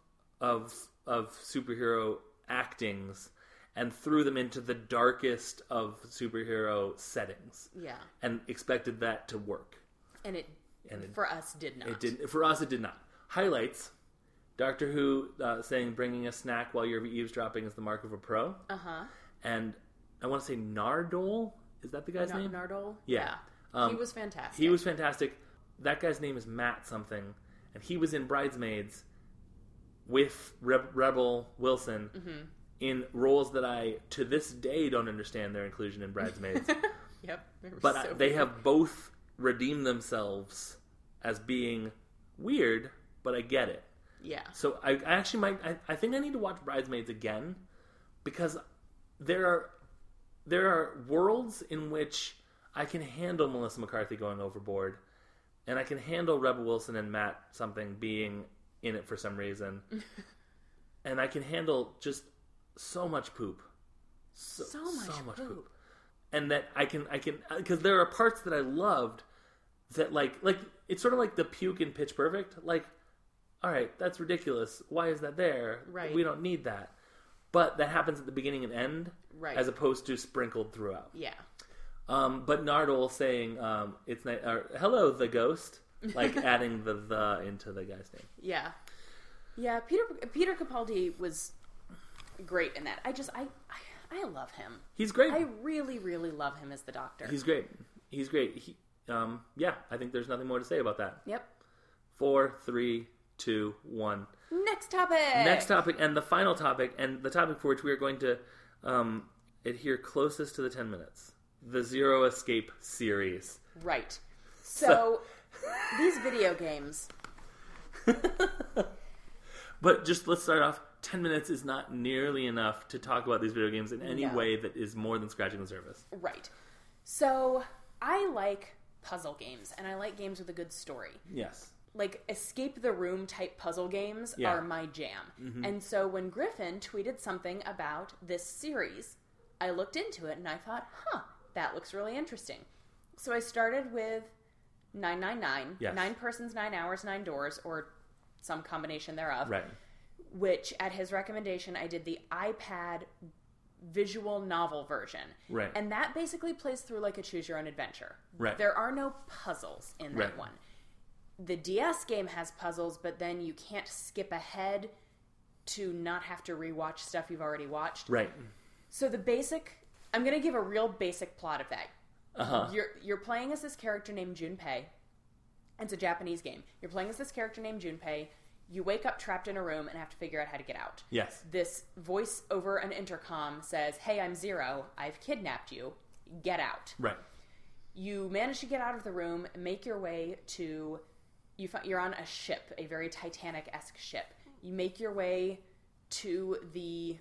B: of of superhero actings and threw them into the darkest of superhero settings
C: yeah
B: and expected that to work
C: and it
B: And it-
C: for us did not
B: it didn't for us it did not highlights doctor who uh, saying bringing a snack while you're eavesdropping is the mark of a pro
C: uh-huh
B: and i want to say nardole is that the guy's
C: Nar-
B: name
C: Nardole?
B: Yeah.
C: he
B: Um,
C: was fantastic.
B: He was fantastic. That guy's name is Matt something, and he was in Bridesmaids with Re- Rebel Wilson in roles that I to this day don't understand their inclusion in Bridesmaids.
C: Yep. they were
B: but I-
C: so
B: they
C: good.
B: have both redeemed themselves as being weird, but I get it.
C: Yeah.
B: So I, I actually might. I, I think I need to watch Bridesmaids again because there are there are worlds in which I can handle Melissa McCarthy going overboard, and I can handle Rebel Wilson and Matt something being in it for some reason, and I can handle just so much poop, so,
C: So much poop.
B: and that I can I can because there are parts that I loved that like like it's sort of like the puke in Pitch Perfect like all right, that's ridiculous. Why is that there?
C: Right.
B: We don't need that. But that happens at the beginning and end,
C: Right.
B: as opposed to sprinkled throughout.
C: Yeah.
B: Um, but Nardole saying, um, "It's night." Or, Hello, the ghost. Like adding the the into the guy's name.
C: Yeah. Yeah. Peter Peter Capaldi was great in that. I just I I, I love him.
B: He's great.
C: I really really love him as the Doctor.
B: He's great. He's great. He, um, yeah, I think there's nothing more to say about that.
C: yep.
B: Four, three, two, one.
C: Next topic.
B: Next topic, and the final topic, and the topic for which we are going to um, adhere closest to the ten minutes: the Zero Escape series.
C: Right. So these video games.
B: But just let's start off. Ten minutes is not nearly enough to talk about these video games in any
C: No.
B: way that is more than scratching the surface.
C: Right. So I like puzzle games and I like games with a good story.
B: Yes.
C: like escape the room type puzzle games
B: Yeah. Mm-hmm.
C: are my jam. And so when Griffin tweeted something about this series, I looked into it and I thought, huh, that looks really interesting. So I started with 999,
B: Yes.
C: nine persons, nine hours, nine doors, or some combination thereof,
B: Right.
C: which at his recommendation, I did the iPad visual novel version.
B: Right.
C: And that basically plays through like a choose your own adventure.
B: Right.
C: There are no puzzles in that
B: Right.
C: one the DS game has puzzles, but then you can't skip ahead to not have to rewatch stuff you've already watched.
B: Right.
C: So the basic, I'm going to give a real basic plot of that.
B: Uh huh.
C: You're you're playing as this character named Junpei. It's a Japanese game. You're playing as this character named Junpei. You wake up trapped in a room and have to figure out how to get out.
B: Yes.
C: This voice over an intercom says, "Hey, I'm Zero. I've kidnapped you. Get out."
B: Right.
C: You manage to get out of the room, make your way to you fi- you're on a ship, a very Titanic-esque ship. You make your way to the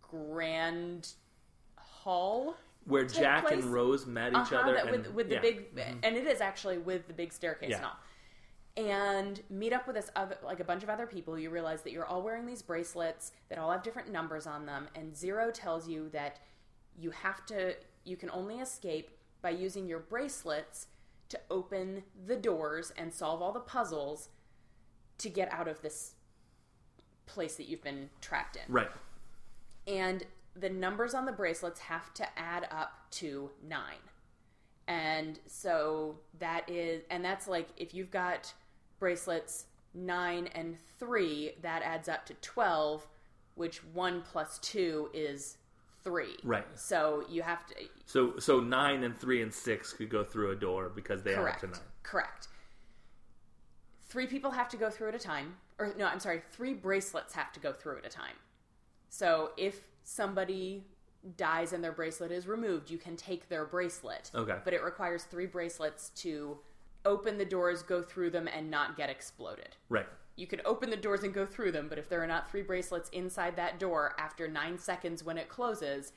C: grand hall
B: Where Jack
C: place-
B: and Rose met each
C: uh-huh,
B: other
C: that
B: and,
C: with, with the
B: yeah. Mm-hmm.
C: big and it is actually with the big staircase
B: Yeah.
C: and all and meet up with this other like a bunch of other people you realize that you're all wearing these bracelets that all have different numbers on them and zero tells you that you have to you can only escape by using your bracelets to open the doors and solve all the puzzles to get out of this place that you've been trapped in
B: right.
C: and the numbers on the bracelets have to add up to nine. And so that is, and that's like if you've got bracelets nine and three, that adds up to 12, which one plus two is three.
B: Right.
C: So you have to,
B: So so nine and three and six could go through a door because they
C: correct.
B: are up to nine.
C: Correct. Three people have to go through at a time. Or, no, I'm sorry, three bracelets have to go through at a time. So if somebody dies and their bracelet is removed, you can take their bracelet.
B: Okay.
C: But it requires three bracelets to open the doors, go through them, and not get exploded.
B: Right.
C: You can open the doors and go through them, but if there are not three bracelets inside that door after nine seconds when it closes,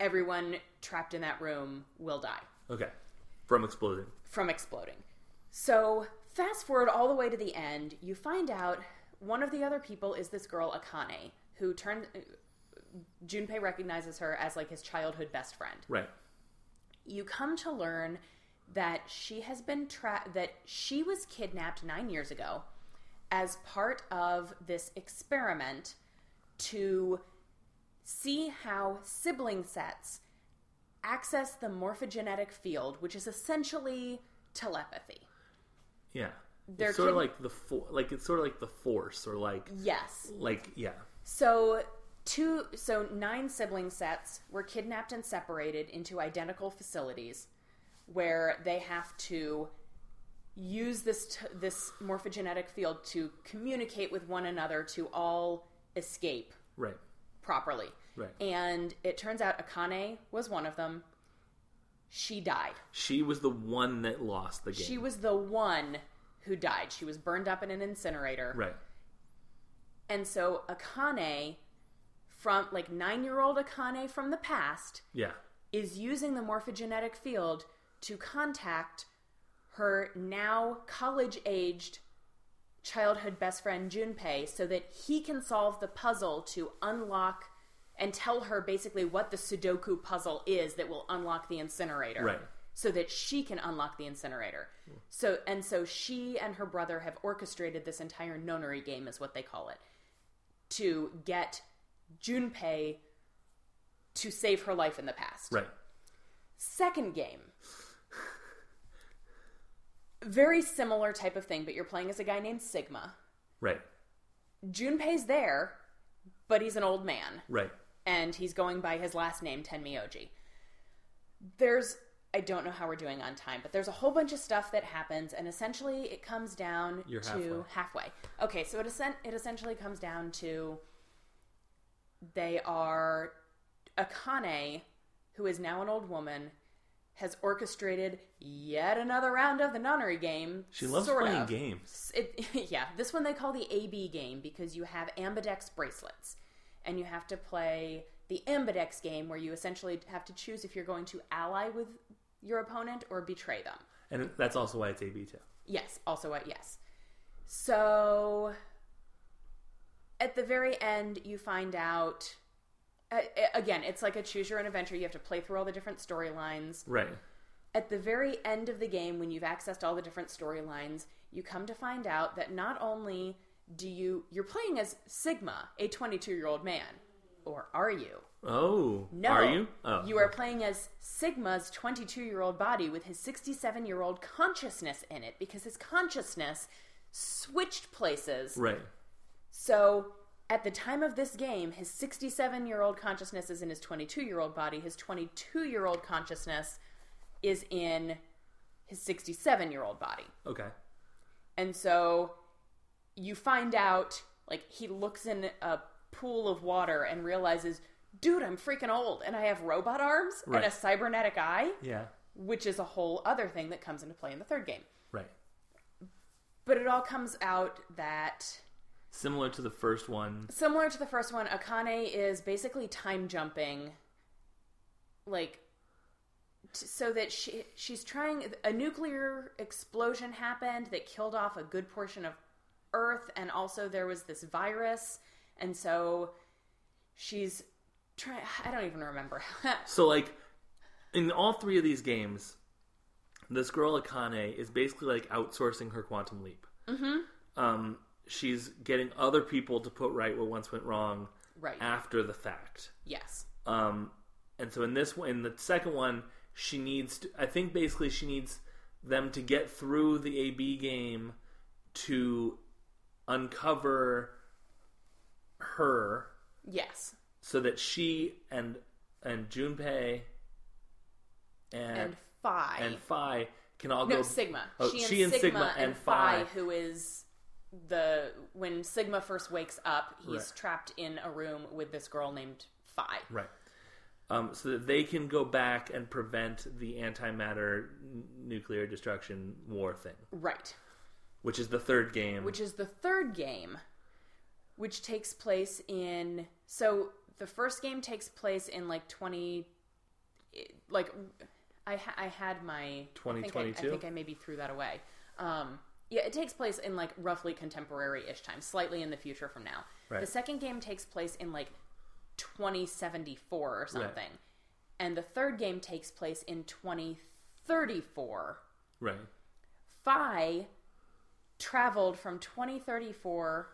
C: everyone trapped in that room will die
B: Okay. From exploding.
C: from exploding. So, fast forward all the way to the end, you find out one of the other people is this girl Akane, who turned Junpei recognizes her as like his childhood best friend.
B: Right.
C: You come to learn that she has been tra- that she was kidnapped 9 years ago as part of this experiment to see how sibling sets access the morphogenetic field, which is essentially telepathy.
B: Yeah.
C: They're
B: it's sort of
C: kid-
B: like the for- like it's sort of like the force or like
C: Yes.
B: like yeah.
C: So two so nine sibling sets were kidnapped and separated into identical facilities where they have to use this t- this morphogenetic field to communicate with one another to all escape
B: Right.
C: properly.
B: Right.
C: And it turns out Akane was one of them. She died.
B: She was the one that lost the game.
C: She was the one who died. She was burned up in an incinerator.
B: right.
C: And so Akane from like 9-year-old Akane from the past
B: Yeah.
C: is using the morphogenetic field to contact her now college-aged childhood best friend Junpei so that he can solve the puzzle to unlock and tell her basically what the Sudoku puzzle is that will unlock the incinerator
B: Right.
C: so that she can unlock the incinerator. So and so she and her brother have orchestrated this entire nonary game is what they call it to get Junpei to save her life in the past.
B: Right.
C: Second game. Very similar type of thing, but you're playing as a guy named Sigma.
B: Right.
C: Junpei's there, but he's an old man
B: Right.
C: and he's going by his last name Tenmyoji. There's I don't know how we're doing on time, but there's a whole bunch of stuff that happens, and essentially it comes down
B: You're
C: to halfway. Okay, so it essen- it essentially comes down to they are Akane, who is now an old woman, has orchestrated yet another round of the nonary game.
B: She loves
C: sort
B: playing
C: of.
B: games.
C: It, yeah, this one they call the AB game because you have ambidex bracelets, and you have to play the ambidex game where you essentially have to choose if you're going to ally with your opponent or betray them.
B: And that's also why it's AB too.
C: Yes, also a yes. So at the very end, you find out. Uh, again, it's like a choose your own adventure. You have to play through all the different storylines
B: Right.
C: at the very end of the game, when you've accessed all the different storylines, you come to find out that not only do you you're playing as Sigma, a 22 year old man, or are you?
B: Oh.
C: No,
B: Are you? Oh.
C: you are playing as Sigma's 22 year old body with his 67 year old consciousness in it because his consciousness switched places.
B: Right.
C: So At the time of this game, his 67 year old consciousness is in his 22 year old body. His 22 year old consciousness is in his 67 year old body.
B: Okay.
C: And so you find out, like, he looks in a pool of water and realizes, dude, I'm freaking old and I have robot arms
B: Right.
C: and a cybernetic eye,
B: Yeah.
C: which is a whole other thing that comes into play in the third game.
B: Right.
C: But it all comes out that
B: Similar to the first one.
C: similar to the first one, Akane is basically time jumping, like, t- so that she she's trying. A nuclear explosion happened that killed off a good portion of Earth, and also there was this virus, and so she's trying. I don't even remember.
B: So like in all three of these games, this girl Akane is basically like outsourcing her quantum leap. Mm-hmm. Um, she's getting other people to put right what once went wrong
C: right?
B: after the fact.
C: yes.
B: Um, and so in this one, in the second one, she needs. To, I think basically she needs them to get through the AB game to uncover her,
C: Yes.
B: so that she and and Junpei and
C: And
B: and,
C: Phi.
B: Phi can all
C: No,
B: go
C: Sigma.
B: Oh,
C: she, and
B: she and
C: Sigma,
B: Sigma
C: and
B: and Phi.
C: Phi, who is the when Sigma first wakes up, he's
B: Right.
C: trapped in a room with this girl named Phi.
B: Right. Um, so that they can go back and prevent the antimatter n- nuclear destruction war thing,
C: Right.
B: which is the third game.
C: Which is the third game, which takes place in so the first game takes place in like twenty, it- like I ha- I had my I think I, I
B: 2022?
C: think I maybe threw that away. Um, yeah, it takes place in like roughly contemporary-ish time, slightly in the future from now.
B: Right.
C: The second game takes place in like 2074 or something. And the third game takes place in 2034.
B: right.
C: Phi traveled from 2034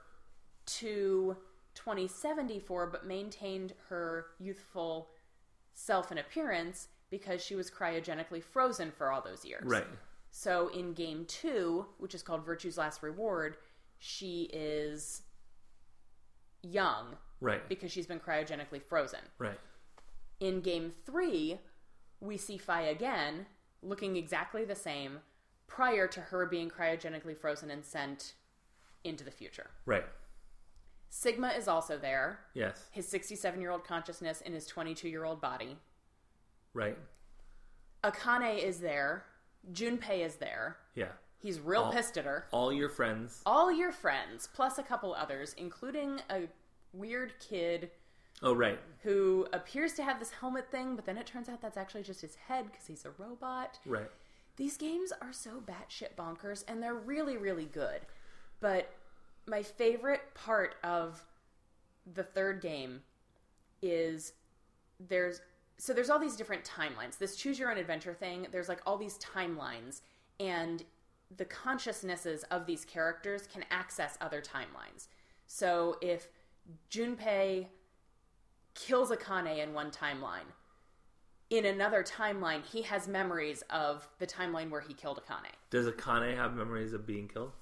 C: to 2074, but maintained her youthful self and appearance because she was cryogenically frozen for all those years.
B: Right.
C: So in game two, which is called Virtue's Last Reward, she is young
B: Right.
C: because she's been cryogenically frozen.
B: Right.
C: In game three, we see Phi again, looking exactly the same prior to her being cryogenically frozen and sent into the future.
B: Right.
C: Sigma is also there,
B: Yes.
C: his 67 year old consciousness in his 22 year old body.
B: Right.
C: Akane is there. Junpei is there.
B: Yeah.
C: He's real
B: All-
C: pissed at her.
B: All your friends.
C: All your friends, plus a couple others, including a weird kid
B: Oh, right.
C: who appears to have this helmet thing, but then it turns out that's actually just his head because he's a robot.
B: Right.
C: These games are so batshit bonkers and they're really, really good. But my favorite part of the third game is there's so there's all these different timelines. This choose your own adventure thing, there's like all these timelines and the consciousnesses of these characters can access other timelines. So if Junpei kills Akane in one timeline, in another timeline, he has memories of the timeline where he killed Akane.
B: Does Akane have memories of being killed?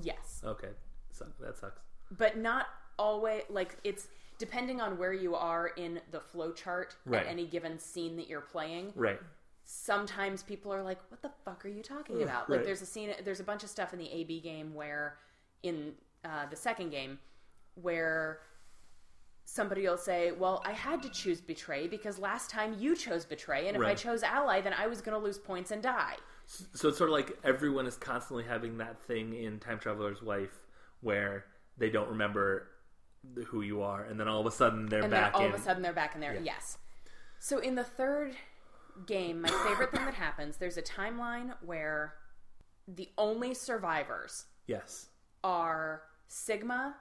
C: Yes.
B: Okay. So, that sucks.
C: But not always, like, it's depending on where you are in the flowchart
B: Right.
C: at any given scene that you're playing.
B: Right.
C: Sometimes people are like, what the fuck are you talking about? Like,
B: right.
C: there's a scene, there's a bunch of stuff in the AB game where, in uh, the second game, where somebody will say, well, I had to choose betray because last time you chose betray, and if I
B: Right.
C: chose ally, then I was going to lose points and die.
B: So it's sort of like everyone is constantly having that thing in Time Traveler's Wife where they don't remember th- who you are, and then all of a sudden they're
C: and then
B: back
C: all
B: in.
C: of a sudden they're back in there. Yes. So in the third game, my favorite thing that happens, there's a timeline where the only survivors
B: yes.
C: are Sigma,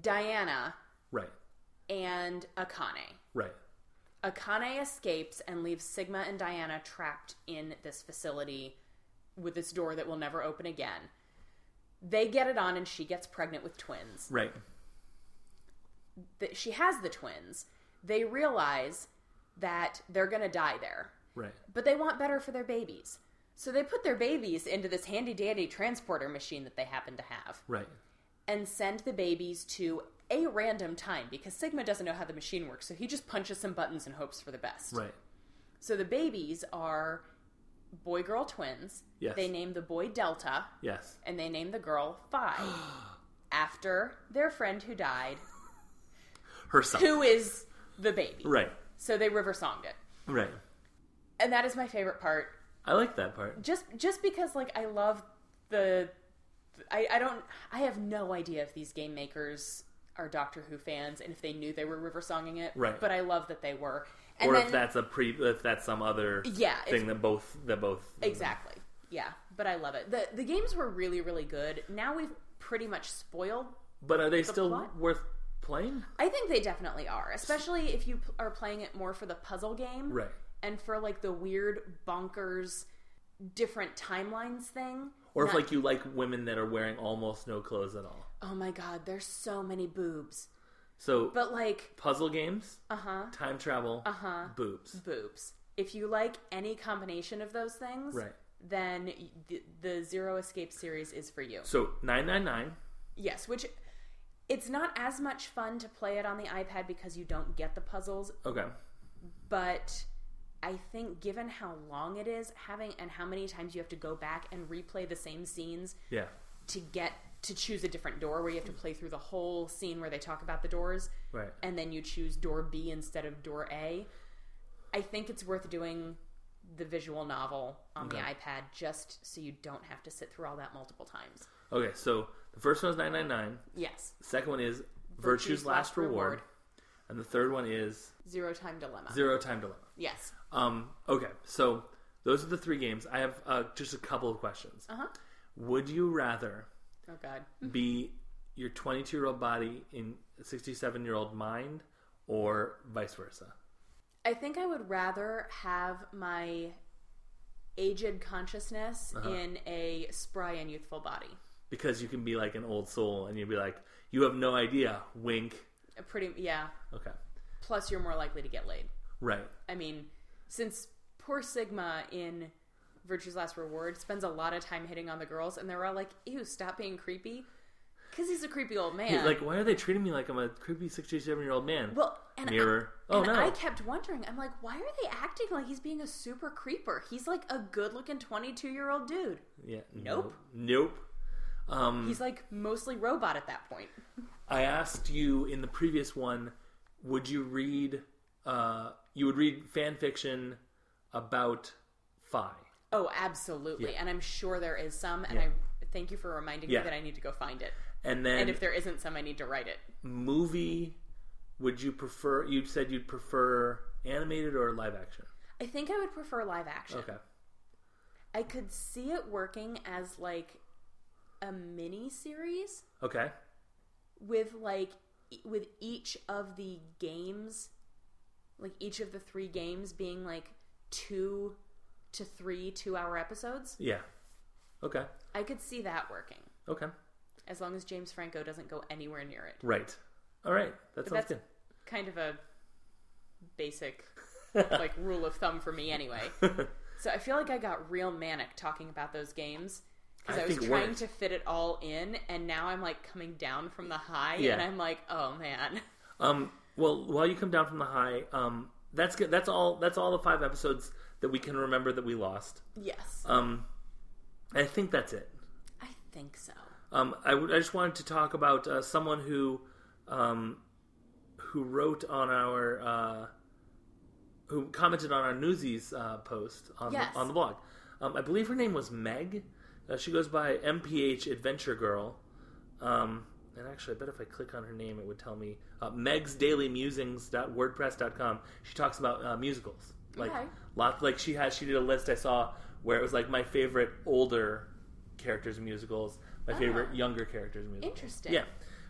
C: Diana,
B: Right.
C: and Akane.
B: Right.
C: Akane escapes and leaves Sigma and Diana trapped in this facility with this door that will never open again. They get it on and she gets pregnant with twins.
B: Right.
C: that she has the twins, they realize that they're going to die there.
B: Right.
C: But they want better for their babies. So they put their babies into this handy dandy transporter machine that they happen to have
B: Right.
C: and send the babies to a random time because Sigma doesn't know how the machine works, so he just punches some buttons and hopes for the best.
B: Right.
C: So the babies are boy girl twins.
B: Yes.
C: They name the boy Delta
B: Yes.
C: and they name the girl Phi after their friend who died,
B: Herself.
C: who is the baby.
B: Right.
C: So they river songed it.
B: Right.
C: And that is my favorite part
B: I like that part.
C: just just because like I love the I, I don't I have no idea if these game makers are Doctor Who fans and if they knew they were river songing it.
B: Right.
C: But I love that they were. And
B: or
C: then,
B: if that's a pre, if that's some other
C: Yeah, if-
B: thing that both that both
C: exactly. Yeah. But I love it. The the games were really, really good. Now we've pretty much spoiled
B: But are they still
C: plot?
B: worth playing?
C: I think they definitely are, especially if you p- are playing it more for the puzzle game.
B: Right.
C: And for like the weird bonkers different timelines thing.
B: Or if
C: Not-
B: like you like women that are wearing almost no clothes at all.
C: oh my god, there's so many boobs.
B: So
C: But like
B: puzzle games,
C: Uh-huh.
B: time travel,
C: Uh-huh.
B: boobs.
C: Boobs. If you like any combination of those things,
B: Right.
C: then y- the, the Zero Escape series is for you.
B: So nine nine nine.
C: Yes, which it's not as much fun to play it on the iPad because you don't get the puzzles,
B: Okay.
C: but I think given how long it is, having and how many times you have to go back and replay the same scenes
B: Yeah.
C: to get to choose a different door where you have to play through the whole scene where they talk about the doors
B: Right.
C: and then you choose door B instead of door A. I think it's worth doing the visual novel on the iPad just so you don't have to sit through all that multiple times.
B: Okay. So the first one is nine nine nine.
C: Yes.
B: The second one is virtue's, last, reward. and the third one is
C: Zero time dilemma.
B: zero time dilemma.
C: Yes.
B: Um. Okay. So those are the three games. I have uh, just a couple of questions.
C: Uh huh.
B: Would you rather
C: Oh god.
B: be your 22 year old body in 67 year old mind or vice versa
C: I think I would rather have my aged consciousness in a spry and youthful body.
B: because you can be like an old soul and you'd be like you have no idea wink
C: A pretty yeah.
B: okay
C: Plus you're more likely to get laid.
B: right
C: I mean, since poor Sigma in Virtue's Last Reward spends a lot of time hitting on the girls, and they're all like, "Ew, stop being creepy," because he's a creepy old man.
B: He's like why are they treating me like i'm a creepy 67 year old man
C: well, and
B: mirror
C: I,
B: oh
C: and
B: no
C: I kept wondering. I'm like, why are they acting like he's being a super creeper? He's like a good-looking 22-year-old dude.
B: yeah
C: Nope.
B: nope um
C: He's like mostly robot at that point.
B: I asked you in the previous one, would you read? Uh, you would read fan fiction about Phi.
C: Oh, absolutely.
B: Yeah.
C: And I'm sure there is some. And
B: Yeah.
C: I thank you for reminding
B: Yeah.
C: me that I need to go find it.
B: And then,
C: And if there isn't some, I need to write it.
B: movie, would you prefer? You said you'd prefer animated or live action.
C: I think I would prefer live action.
B: Okay.
C: I could see it working as like a mini series
B: Okay.
C: with like e- with each of the games like each of the 3 games being like 2 to 3 2-hour episodes.
B: Yeah. Okay.
C: I could see that working
B: Okay.
C: as long as James Franco doesn't go anywhere near it.
B: Right. All right. That sounds
C: that's-
B: good.
C: Kind of a basic like rule of thumb for me anyway. So I feel like I got real manic talking about those games because
B: I
C: I, was
B: think it
C: trying
B: worked.
C: to fit it all in, and now I'm like coming down from the high,
B: Yeah.
C: and I'm like, oh man,
B: Um, well, while you come down from the high, um, that's good. That's all. That's all the five episodes that we can remember that we lost.
C: yes,
B: Um, I think that's it.
C: I think so.
B: Um, I, would- I just wanted to talk about uh, someone who um, who wrote on our uh, who commented on our Newsies uh, post on
C: Yes.
B: the, on the blog. Um, I believe her name was Meg. Uh, she goes by MPH Adventure Girl. Um, and actually, I bet if I click on her name, it would tell me uh, Meg's Daily Musings.wordpress.com. She talks about uh, musicals, like
C: Okay.
B: lot, like she has. She did a list I saw where it was like my favorite older characters in musicals, my favorite younger characters in musicals.
C: Interesting.
B: Yeah.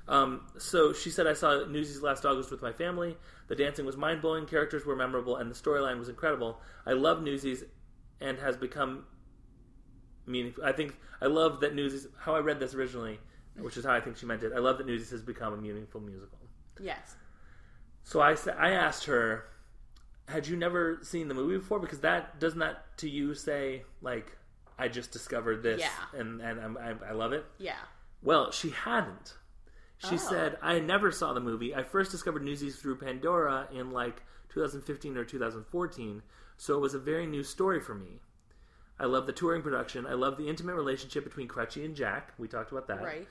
B: Um, so she said, I saw Newsies last August with my family. The dancing was mind blowing, characters were memorable, and the storyline was incredible. I love Newsies and has become meaningful. I think I love that Newsies, how I read this originally, which is how I think she meant it. I love that Newsies has become a meaningful musical.
C: Yes,
B: So I, sa- I asked her, had you never seen the movie before? Because that doesn't that to you say like I just discovered this
C: Yeah.
B: and and I'm, I, I love it.
C: yeah.
B: Well, she hadn't. She
C: Oh.
B: said, I never saw the movie. I first discovered Newsies through Pandora in like 2015 or 2014, so it was a very new story for me. I love the touring production. I love the intimate relationship between Crutchy and Jack. We talked about that.
C: Right.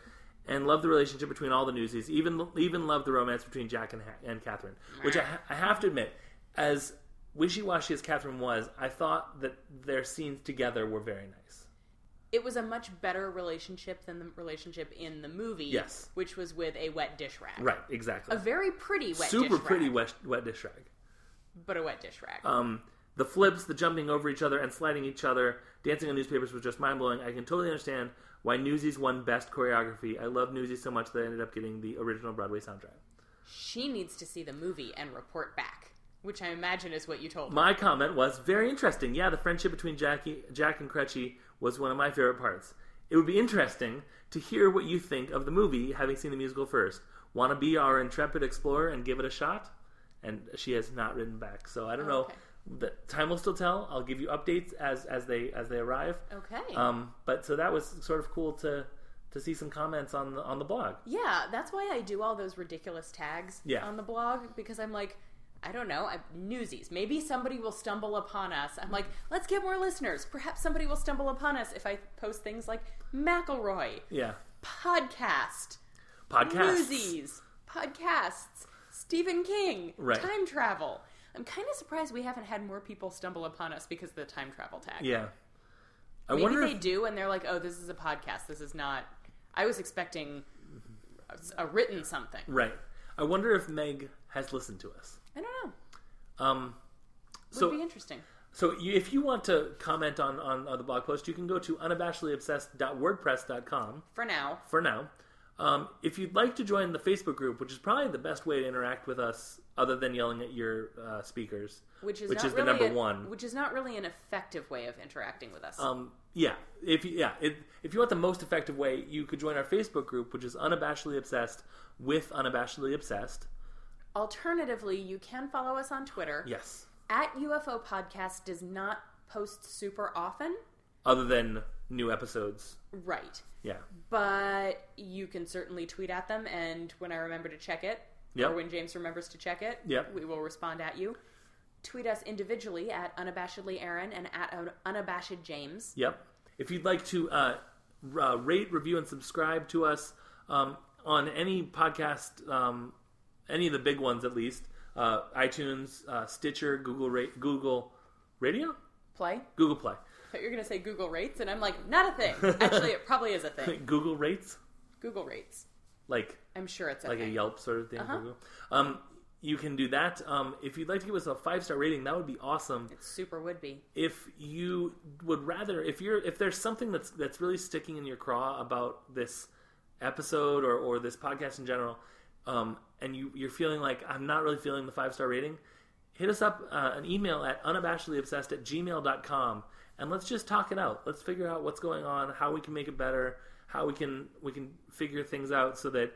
B: And love the relationship between all the Newsies. Even even love the romance between Jack and, Ha- and Catherine, which I, ha- I have to admit, as wishy washy as Catherine was, I thought that their scenes together were very nice.
C: It was a much better relationship than the relationship in the movie.
B: Yes.
C: Which was with a wet dish rag.
B: Right, exactly.
C: A very pretty wet dish
B: Super
C: rag.
B: pretty wet, wet dish rag.
C: But a wet dish rag.
B: Um, the flips, the jumping over each other and sliding each other, dancing on newspapers was just mind blowing. I can totally understand why Newsies won Best Choreography. I love Newsies so much that I ended up getting the original Broadway soundtrack.
C: she needs to see the movie and report back, which I imagine is what you told me.
B: My comment was very interesting. Yeah, the friendship between Jackie, Jack and Crutchy was one of my favorite parts. It would be interesting to hear what you think of the movie, having seen the musical first. Want to be our intrepid explorer and give it a shot? And she has not written back, so I don't
C: Okay.
B: know. The time will still tell. I'll give you updates as as they as they arrive.
C: Okay.
B: Um, but so that was sort of cool to to see some comments on the on the blog.
C: yeah, that's why I do all those ridiculous tags
B: Yeah.
C: on the blog because I'm like, I don't know, I'm, newsies. Maybe somebody will stumble upon us. I'm like, let's get more listeners. Perhaps somebody will stumble upon us if I post things like McElroy,
B: Yeah,
C: podcast,
B: podcasts.
C: newsies, podcasts, Stephen King,
B: Right.
C: time travel. I'm kind of surprised we haven't had more people stumble upon us because of the time travel tag.
B: Yeah, I
C: Maybe
B: wonder
C: they
B: if
C: do, and they're like, "Oh, this is a podcast. This is not." I was expecting a, a written something.
B: right. I wonder if Meg has listened to us.
C: I don't know.
B: Um,
C: Would
B: so
C: be interesting.
B: so you, if you want to comment on, on on the blog post, you can go to unabashedlyobsessed.wordpress.com
C: For now,
B: for now. Um, if you'd like to join the Facebook group, which is probably the best way to interact with us, other than yelling at your uh, speakers,
C: which is
B: which
C: not
B: is the
C: really
B: number
C: a-
B: one.
C: which is not really an effective way of interacting with us.
B: Um, yeah, if you, yeah, if, if you want the most effective way, you could join our Facebook group, which is unabashedly obsessed with unabashedly obsessed.
C: Alternatively, you can follow us on Twitter.
B: Yes.
C: At UFO Podcast does not post super often,
B: Other than new episodes,
C: right?
B: yeah,
C: But you can certainly tweet at them, and when I remember to check it,
B: Yep.
C: or when James remembers to check it,
B: Yep.
C: we will respond at you. Tweet us individually at unabashedly Aaron and at un- unabashed James.
B: yep. If you'd like to uh, r- uh, rate, review, and subscribe to us um, on any podcast, um, any of the big ones at least, uh, iTunes, uh, Stitcher, Google, Ra- Google Radio,
C: Play.
B: Google Play,
C: But you're gonna say Google rates, and I'm like, not a thing. Actually, it probably is a thing.
B: Google rates,
C: Google rates.
B: like
C: I'm sure it's a
B: like a
C: thing.
B: Yelp sort of thing. Um, you can do that. Um, if you'd like to give us a five star rating, that would be awesome.
C: Super would be.
B: If you would rather, if you're, if there's something that's that's really sticking in your craw about this episode or or this podcast in general, um, and you you're feeling like I'm not really feeling the five star rating, hit us up uh, an email at unabashedlyobsessed at gmail.com and let's just talk it out let's figure out what's going on how we can make it better how we can we can figure things out so that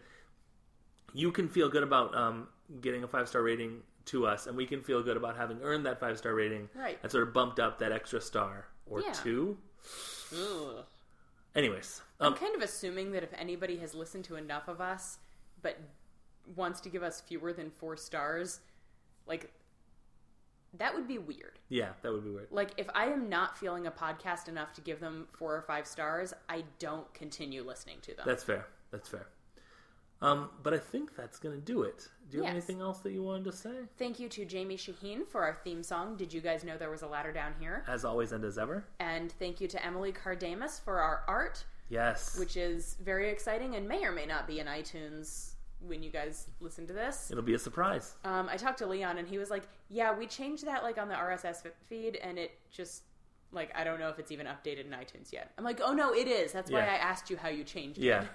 B: you can feel good about um, getting a five star rating to us, and we can feel good about having earned that five star rating
C: Right.
B: and sort of bumped up that extra star or
C: Yeah.
B: two.
C: Ugh.
B: Anyways,
C: I'm
B: um,
C: kind of assuming that if anybody has listened to enough of us, but wants to give us fewer than four stars, like that would be weird.
B: yeah, that would be weird.
C: Like if I am not feeling a podcast enough to give them four or five stars, I don't continue listening to them.
B: That's fair. That's fair. Um, but I think that's going to do it. Do you have
C: Yes.
B: anything else that you wanted to say?
C: Thank you to Jamie Shaheen for our theme song. Did you guys know there was a ladder down here?
B: As always and as ever.
C: And thank you to Emily Cardamus for our art,
B: Yes.
C: which is very exciting and may or may not be in iTunes when you guys listen to this.
B: It'll be a surprise.
C: Um, I talked to Leon and he was like, "Yeah, we changed that like on the RSS f- feed, and it just like I don't know if it's even updated in iTunes yet." I'm like, "Oh no, it is. That's why
B: Yeah.
C: I asked you how you changed it."
B: Yeah.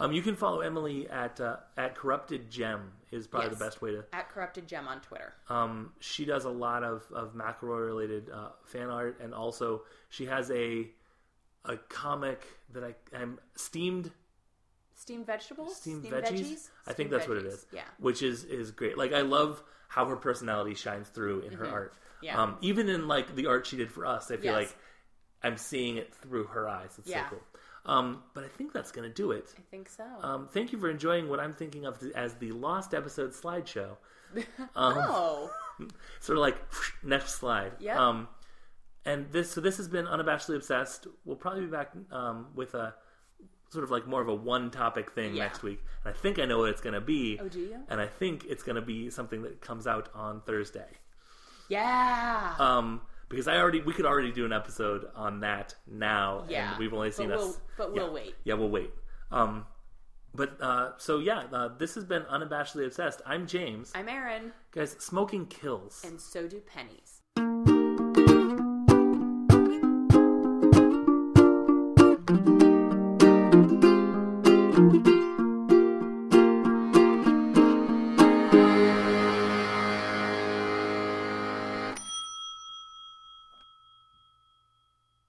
B: Um, you can follow Emily at uh, at Corrupted Gem is probably
C: Yes.
B: the best way to
C: At corrupted gem on Twitter.
B: Um, she does a lot of, of McElroy related uh, fan art, and also she has a a comic that I am steamed
C: Steamed vegetables.
B: steamed, veggies. I think that's what it
C: veggies.
B: is.
C: Yeah.
B: which is is great. Like I love how her personality shines through in her art.
C: Mm-hmm. Yeah.
B: Um, even in like the art she did for us, I feel
C: Yes.
B: like I'm seeing it through her eyes. It's
C: Yeah.
B: so cool. Um, but I think that's going to do it.
C: I think so.
B: Um, thank you for enjoying what I'm thinking of as the lost episode slideshow.
C: oh,
B: Sort of like next slide.
C: Yep.
B: Um, and this so this has been unabashedly obsessed. We'll probably be back um, with a sort of like more of a one topic thing
C: Yeah.
B: next week. And I think I know what it's going to be.
C: Oh, do you?
B: And I think it's going to be something that comes out on Thursday.
C: yeah.
B: Um, because I already we could already do an episode on that now,
C: Yeah,
B: and we've only
C: but
B: seen
C: we'll-
B: us.
C: but
B: yeah.
C: we'll wait.
B: Yeah, we'll wait. Um, but uh, so yeah, uh, this has been unabashedly obsessed. I'm James.
C: I'm Erin,
B: Guys, smoking kills.
C: and so do pennies.